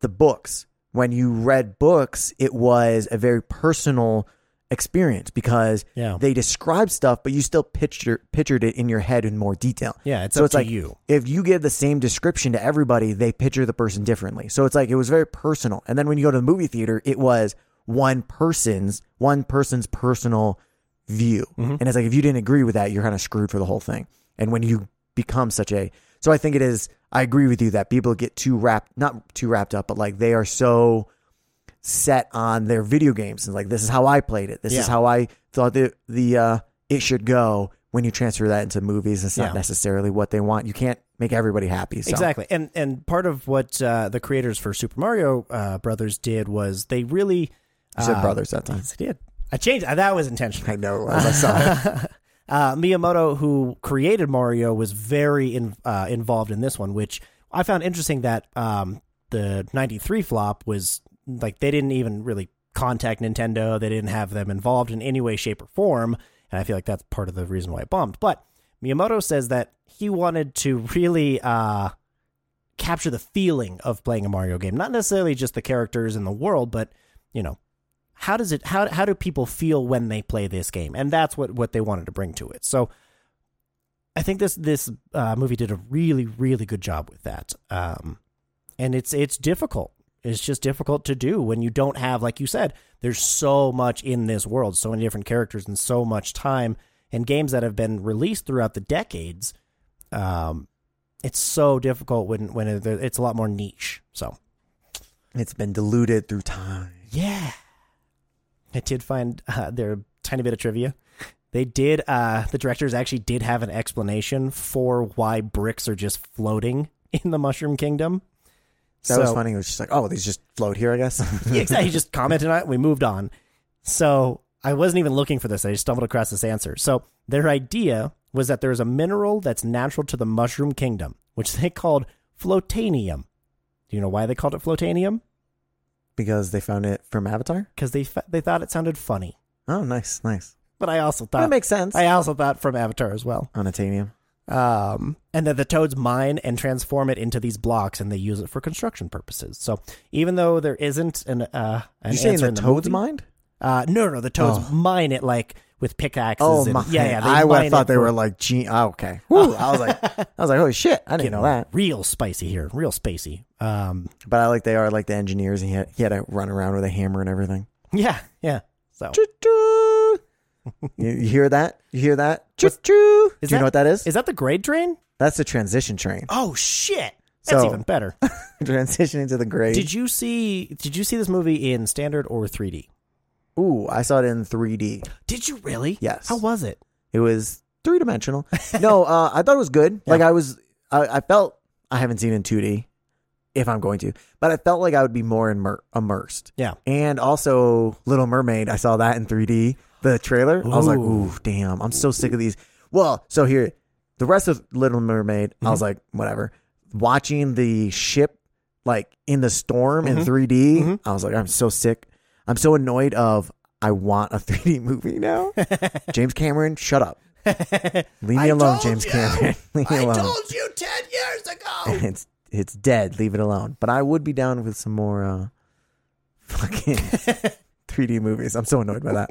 B: the books. When you read books, it was a very personal experience because
A: Yeah.
B: they describe stuff, but you still picture, pictured it in your head in more detail.
A: Yeah, it's
B: so
A: up
B: it's
A: to
B: like
A: you.
B: If you give the same description to everybody, they picture the person differently. So it's like it was very personal. And then when you go to the movie theater, it was one person's one person's personal view.
A: Mm-hmm.
B: And it's like if you didn't agree with that, you're kind of screwed for the whole thing. And when you become such a so I think it is I agree with you that people get too wrapped not too wrapped up, but like they are so set on their video games and like this is how I played it. This
A: Yeah.
B: is how I thought the the uh it should go when you transfer that into movies. It's
A: Yeah.
B: not necessarily what they want. You can't make everybody happy. So
A: Exactly, and and part of what uh, the creators for Super Mario uh, Brothers did was they really uh,
B: you said brothers that time.
A: Yes, I did. I changed. That was intentional.
B: I know as I saw it.
A: <laughs> uh, Miyamoto, who created Mario, was very in, uh, involved in this one, which I found interesting that um, the 93 flop was like they didn't even really contact Nintendo. They didn't have them involved in any way, shape, or form. And I feel like that's part of the reason why it bombed. But Miyamoto says that he wanted to really uh, capture the feeling of playing a Mario game, not necessarily just the characters and the world, but, you know, how does it how how do people feel when they play this game and that's what what they wanted to bring to it so i think this this uh, movie did a really really good job with that um and it's it's difficult it's just difficult to do when you don't have like you said there's so much in this world so many different characters and so much time and games that have been released throughout the decades um it's so difficult when when it, it's a lot more niche so
B: It's been diluted through time.
A: yeah. I did find uh, their tiny bit of trivia. They did, uh, the directors actually did have an explanation for why bricks are just floating <laughs> in the Mushroom Kingdom.
B: That
A: so,
B: was funny. It was just like, oh, these just float here, I guess.
A: <laughs>
B: <laughs>
A: Yeah, exactly. He just commented on it. We moved on. So I wasn't even looking for this. I just stumbled across this answer. So their idea was that there is a mineral that's natural to the Mushroom Kingdom, which they called flotanium. Do you know why they called it flotanium?
B: because they found it from Avatar.
A: Because they, fe- they thought it sounded funny.
B: Oh, nice, nice.
A: But I also thought
B: That makes sense.
A: I also thought from Avatar as well.
B: On Atanium.
A: Um, and that the toads mine and transform it into these blocks, and they use it for construction purposes. So even though there isn't an uh, an
B: You saying
A: answer
B: the
A: in the
B: toad's
A: movie-
B: mind?
A: Uh, no, no, the toads mine it like with pickaxes.
B: Oh
A: and,
B: my!
A: yeah, yeah. They
B: I would
A: mine
B: have thought
A: it
B: they
A: for
B: were like, gee,
A: <laughs>
B: oh, okay. Whew. I was like, I was like, holy shit! I didn't know that.
A: real spicy here, real spacey. Um,
B: But I like they are like the engineers, and he had, he had to run around with a hammer and everything.
A: yeah, yeah. So <laughs>
B: Choo-choo. you, you hear that? You hear that? Choo choo. Do you
A: Is
B: know what that is?
A: is that the grade train?
B: That's the transition train.
A: Oh shit, that's
B: So-
A: even better.
B: <laughs> Transitioning to the grade.
A: did you see? Did you see this movie in standard or 3D?
B: Ooh, I saw it in 3D.
A: Did you really?
B: Yes.
A: How was it?
B: It was three dimensional. no, uh, I thought it was good. Like I was, I, I felt I haven't seen it in two D, if I'm going to, but I felt like I would be more immer- immersed.
A: Yeah.
B: And also, Little Mermaid, I saw that in three D. The trailer, I was like,
A: Ooh.
B: ooh, damn, I'm so sick of these. Well, so here, the rest of Little Mermaid, I
A: Mm-hmm.
B: was like, whatever. Watching the ship like in the storm
A: Mm-hmm.
B: in 3D, I was like, I'm so sick. I'm so annoyed of. I want a <laughs> 3D movie now.
A: <laughs>
B: James Cameron, shut up. Leave me alone,
A: <laughs>
B: James Cameron. <laughs> Leave me alone.
A: you ten years ago.
B: It's it's dead. Leave it alone. But I would be down with some more uh, <laughs>
A: <laughs>
B: fucking 3D movies. I'm so annoyed by that.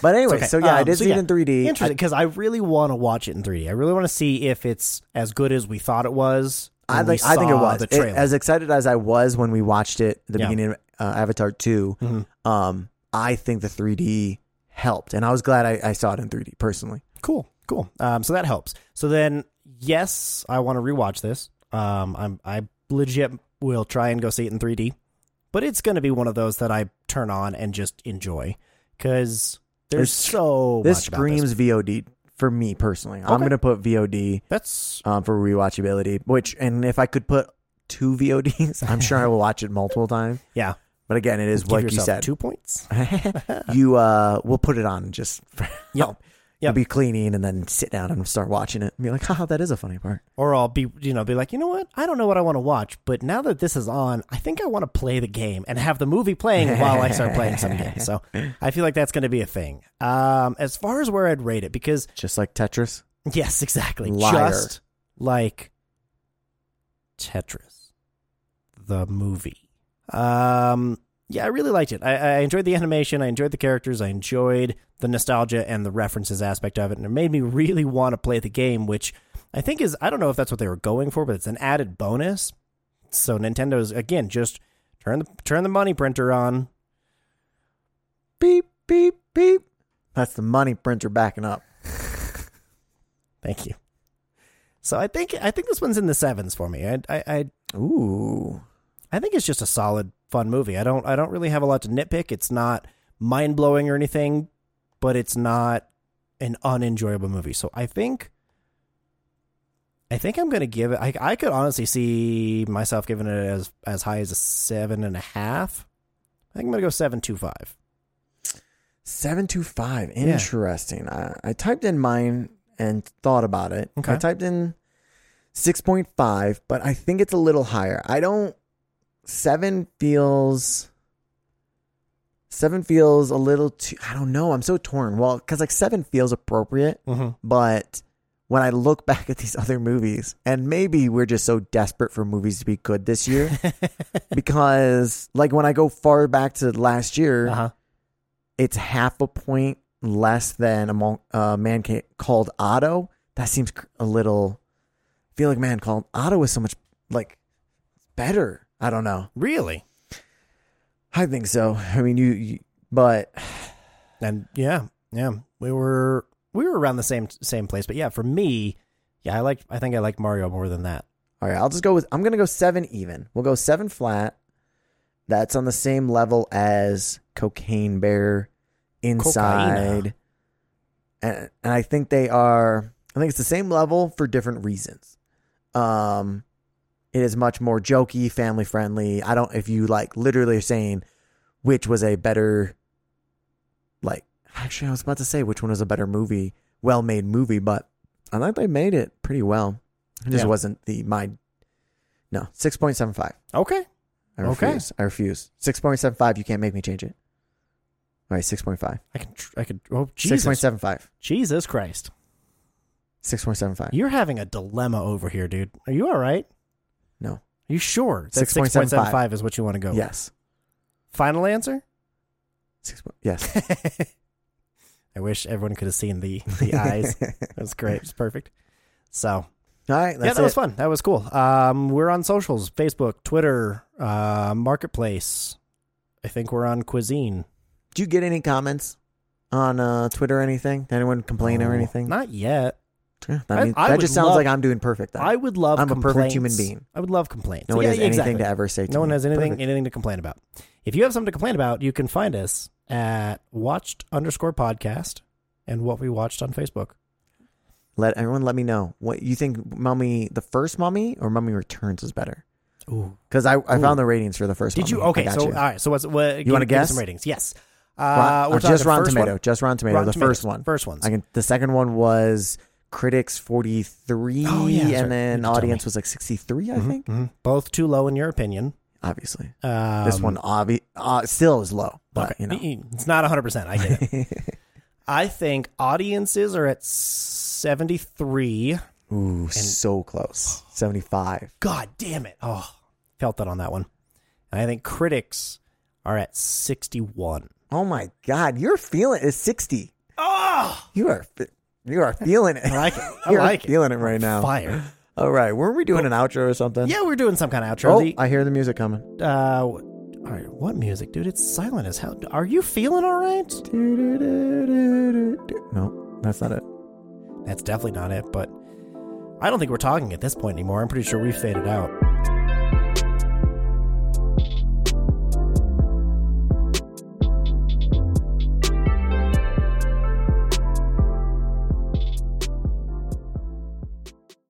B: But anyway,
A: Okay,
B: so yeah, I
A: um,
B: did
A: so
B: see
A: yeah.
B: it in 3D.
A: Interesting, because I really want to watch it in 3D. I really want to see if it's as good as we thought it was. when
B: I
A: we
B: think I think it
A: saw
B: was
A: the
B: It-
A: trailer.
B: as excited as I was when we watched it at the
A: Yeah. Mm-hmm.
B: beginning of uh, Avatar 2 Um, I think the 3D helped, and I was glad I, I saw it in 3D personally.
A: cool, cool. Um, so that helps. So then, yes, I want to rewatch this. Um, I'm I legit will try and go see it in 3D, but it's going to be one of those that I turn on and just enjoy because there's
B: This-
A: so
B: this
A: much about this.
B: screams VOD for me personally. I'm
A: Okay.
B: gonna put VOD
A: That's
B: um, for rewatchability. Which, and if I could put two <laughs> VODs, I'm sure I will watch it multiple times.
A: yeah.
B: But again, it is
A: Give
B: like you
A: yourself
B: said.
A: two points.
B: <laughs> you uh, we'll put it on just. <laughs>
A: Yep.
B: You'll be cleaning and then sit down and start watching it and be like, haha, that is a funny part.
A: or I'll be you know be like, you know what? I don't know what I want to watch, but now that this is on, I think I want to play the game and have the movie playing while I start playing some game. So I feel like that's going to be a thing. Um, as far as where I'd rate it, because
B: Just like Tetris.
A: yes, exactly,
B: Liar.
A: just like Tetris, the movie. Um, yeah, I really liked it. I, I enjoyed the animation. I enjoyed the characters. I enjoyed the nostalgia and the references aspect of it, and it made me really want to play the game, which I think is I don't know if that's what they were going for, but it's an added bonus. So Nintendo's again just turn the turn the money printer on,
B: beep, beep, beep. That's the money printer backing up.
A: Thank you. So I think I think this one's in the sevens for me. I I I,
B: Ooh.
A: I think it's just a solid, fun movie. I don't I don't really have a lot to nitpick. It's not mind blowing or anything, but it's not an unenjoyable movie. So I think I think I'm gonna give it. I I could honestly see myself giving it as as high as a seven and a half. I think I'm gonna go seven two five.
B: 725. Interesting. I, I typed in mine and thought about it.
A: Okay.
B: I typed in 6.5, but I think it's a little higher. I don't. Seven feels. Seven feels a little too. I don't know. I'm so torn. Well, because like seven feels appropriate,
A: <laughs> Mm-hmm.
B: but when I look <laughs> back at these other movies, and maybe we're just so desperate for movies to be good this year,
A: <laughs>
B: because like when I go far back to last year,
A: Uh huh.
B: it's half a point less than a Mon- uh, man ca- called Otto. That seems cr- a little. I feel like man called Otto is so much like better. I don't know.
A: Really?
B: I think so. I mean, you. you but
A: And yeah, yeah, we were we were around the same same place. But yeah, for me, yeah, I like I think I like Mario more than that.
B: all right, I'll just go with. I'm gonna go seven even. We'll go seven flat. That's on the same level as Cocaine Bear, Inside, and and I think they are. I think it's the same level for different reasons. Um, it is much more jokey, family friendly. I don't if you like literally are saying which was a better like actually I was about to say which one was a better movie, well made movie, but I think they made it pretty well. It just
A: Yeah.
B: wasn't the my no, six point seven five.
A: Okay.
B: I
A: Okay.
B: refuse. I refuse. Six point seven five, you can't make me change it. All right, six point five.
A: I can tr- I could oh
B: Six
A: Jesus
B: point seven five.
A: Jesus Christ.
B: Six point seven five.
A: You're having a dilemma over here, dude. Are you all right?
B: No.
A: Are you sure that
B: 6.75?
A: 6.75 is what you want to go? with?
B: Yes.
A: Final answer? <laughs>
B: Six po- yes.
A: I wish everyone could have seen the
B: <laughs>
A: the eyes. that was great. It's perfect. So,
B: All right, that's
A: yeah, that
B: it.
A: was fun. That was cool. Um, we're on socials: Facebook, Twitter, uh, Marketplace. I think we're on Cuisine.
B: Did you get any comments on uh, Twitter or anything? Did anyone complain or
A: Oh,
B: anything?
A: Not yet.
B: Yeah,
A: I-
B: that, means,
A: I
B: that
A: would
B: just sounds
A: love-
B: like I'm doing perfect. Then.
A: I would love.
B: I'm a
A: complaints.
B: perfect human being.
A: I would love complaints.
B: no one
A: yeah,
B: has
A: yeah,
B: anything
A: exactly.
B: to ever say. To
A: No one
B: me.
A: has anything
B: Perfect.
A: anything to complain about. If you have something to complain about, you can find us at watched underscore podcast and what we watched on Facebook.
B: Let everyone let me know what you think. Mummy, the first Mummy or Mummy Returns is better
A: Ooh.
B: because I, I
A: Ooh.
B: found the ratings for the first.
A: Did you?
B: Mummy. I
A: Okay.
B: got
A: So all
B: you.
A: right. So what's what? give-
B: wanna
A: give us
B: guess?
A: Some ratings. Yes.
B: Well,
A: Uh, we're talking
B: just Rotten
A: first
B: Tomato,
A: One,
B: just Rotten Tomato.
A: Rotten
B: the
A: Tomatoes,
B: first one.
A: First ones.
B: I can. The second one was critics 43,
A: Oh, yeah, that's right.
B: and then
A: You told
B: audience was like 63, I
A: Mhm,
B: think.
A: mhm. both too low in your opinion.
B: Obviously,
A: Um,
B: Mm-hmm. this one obvi- uh, still is low, but
A: okay.
B: you know.
A: it's not 100. percent I get it.
B: <laughs>
A: I think audiences are at 73.
B: Ooh, so close. 75.
A: God damn it! Oh, felt that on that one. And I think critics are at 61.
B: Oh my God, you're feeling it's 60.
A: Oh,
B: You are fe- you are feeling
A: <laughs>
B: it.
A: I
B: <laughs>
A: like it. I
B: You're
A: like it.
B: feeling it right now.
A: Fire.
B: All right, weren't we doing an outro or something?
A: Yeah, we're doing some kind of outro.
B: Oh,
A: The-
B: I hear the
A: <laughs>
B: music coming.
A: uh, w- all right, what music, dude? It's silent as hell. Are you feeling all right?
B: No, that's not it.
A: That's definitely not it, but I don't think we're talking at this point anymore. I'm pretty sure we faded out.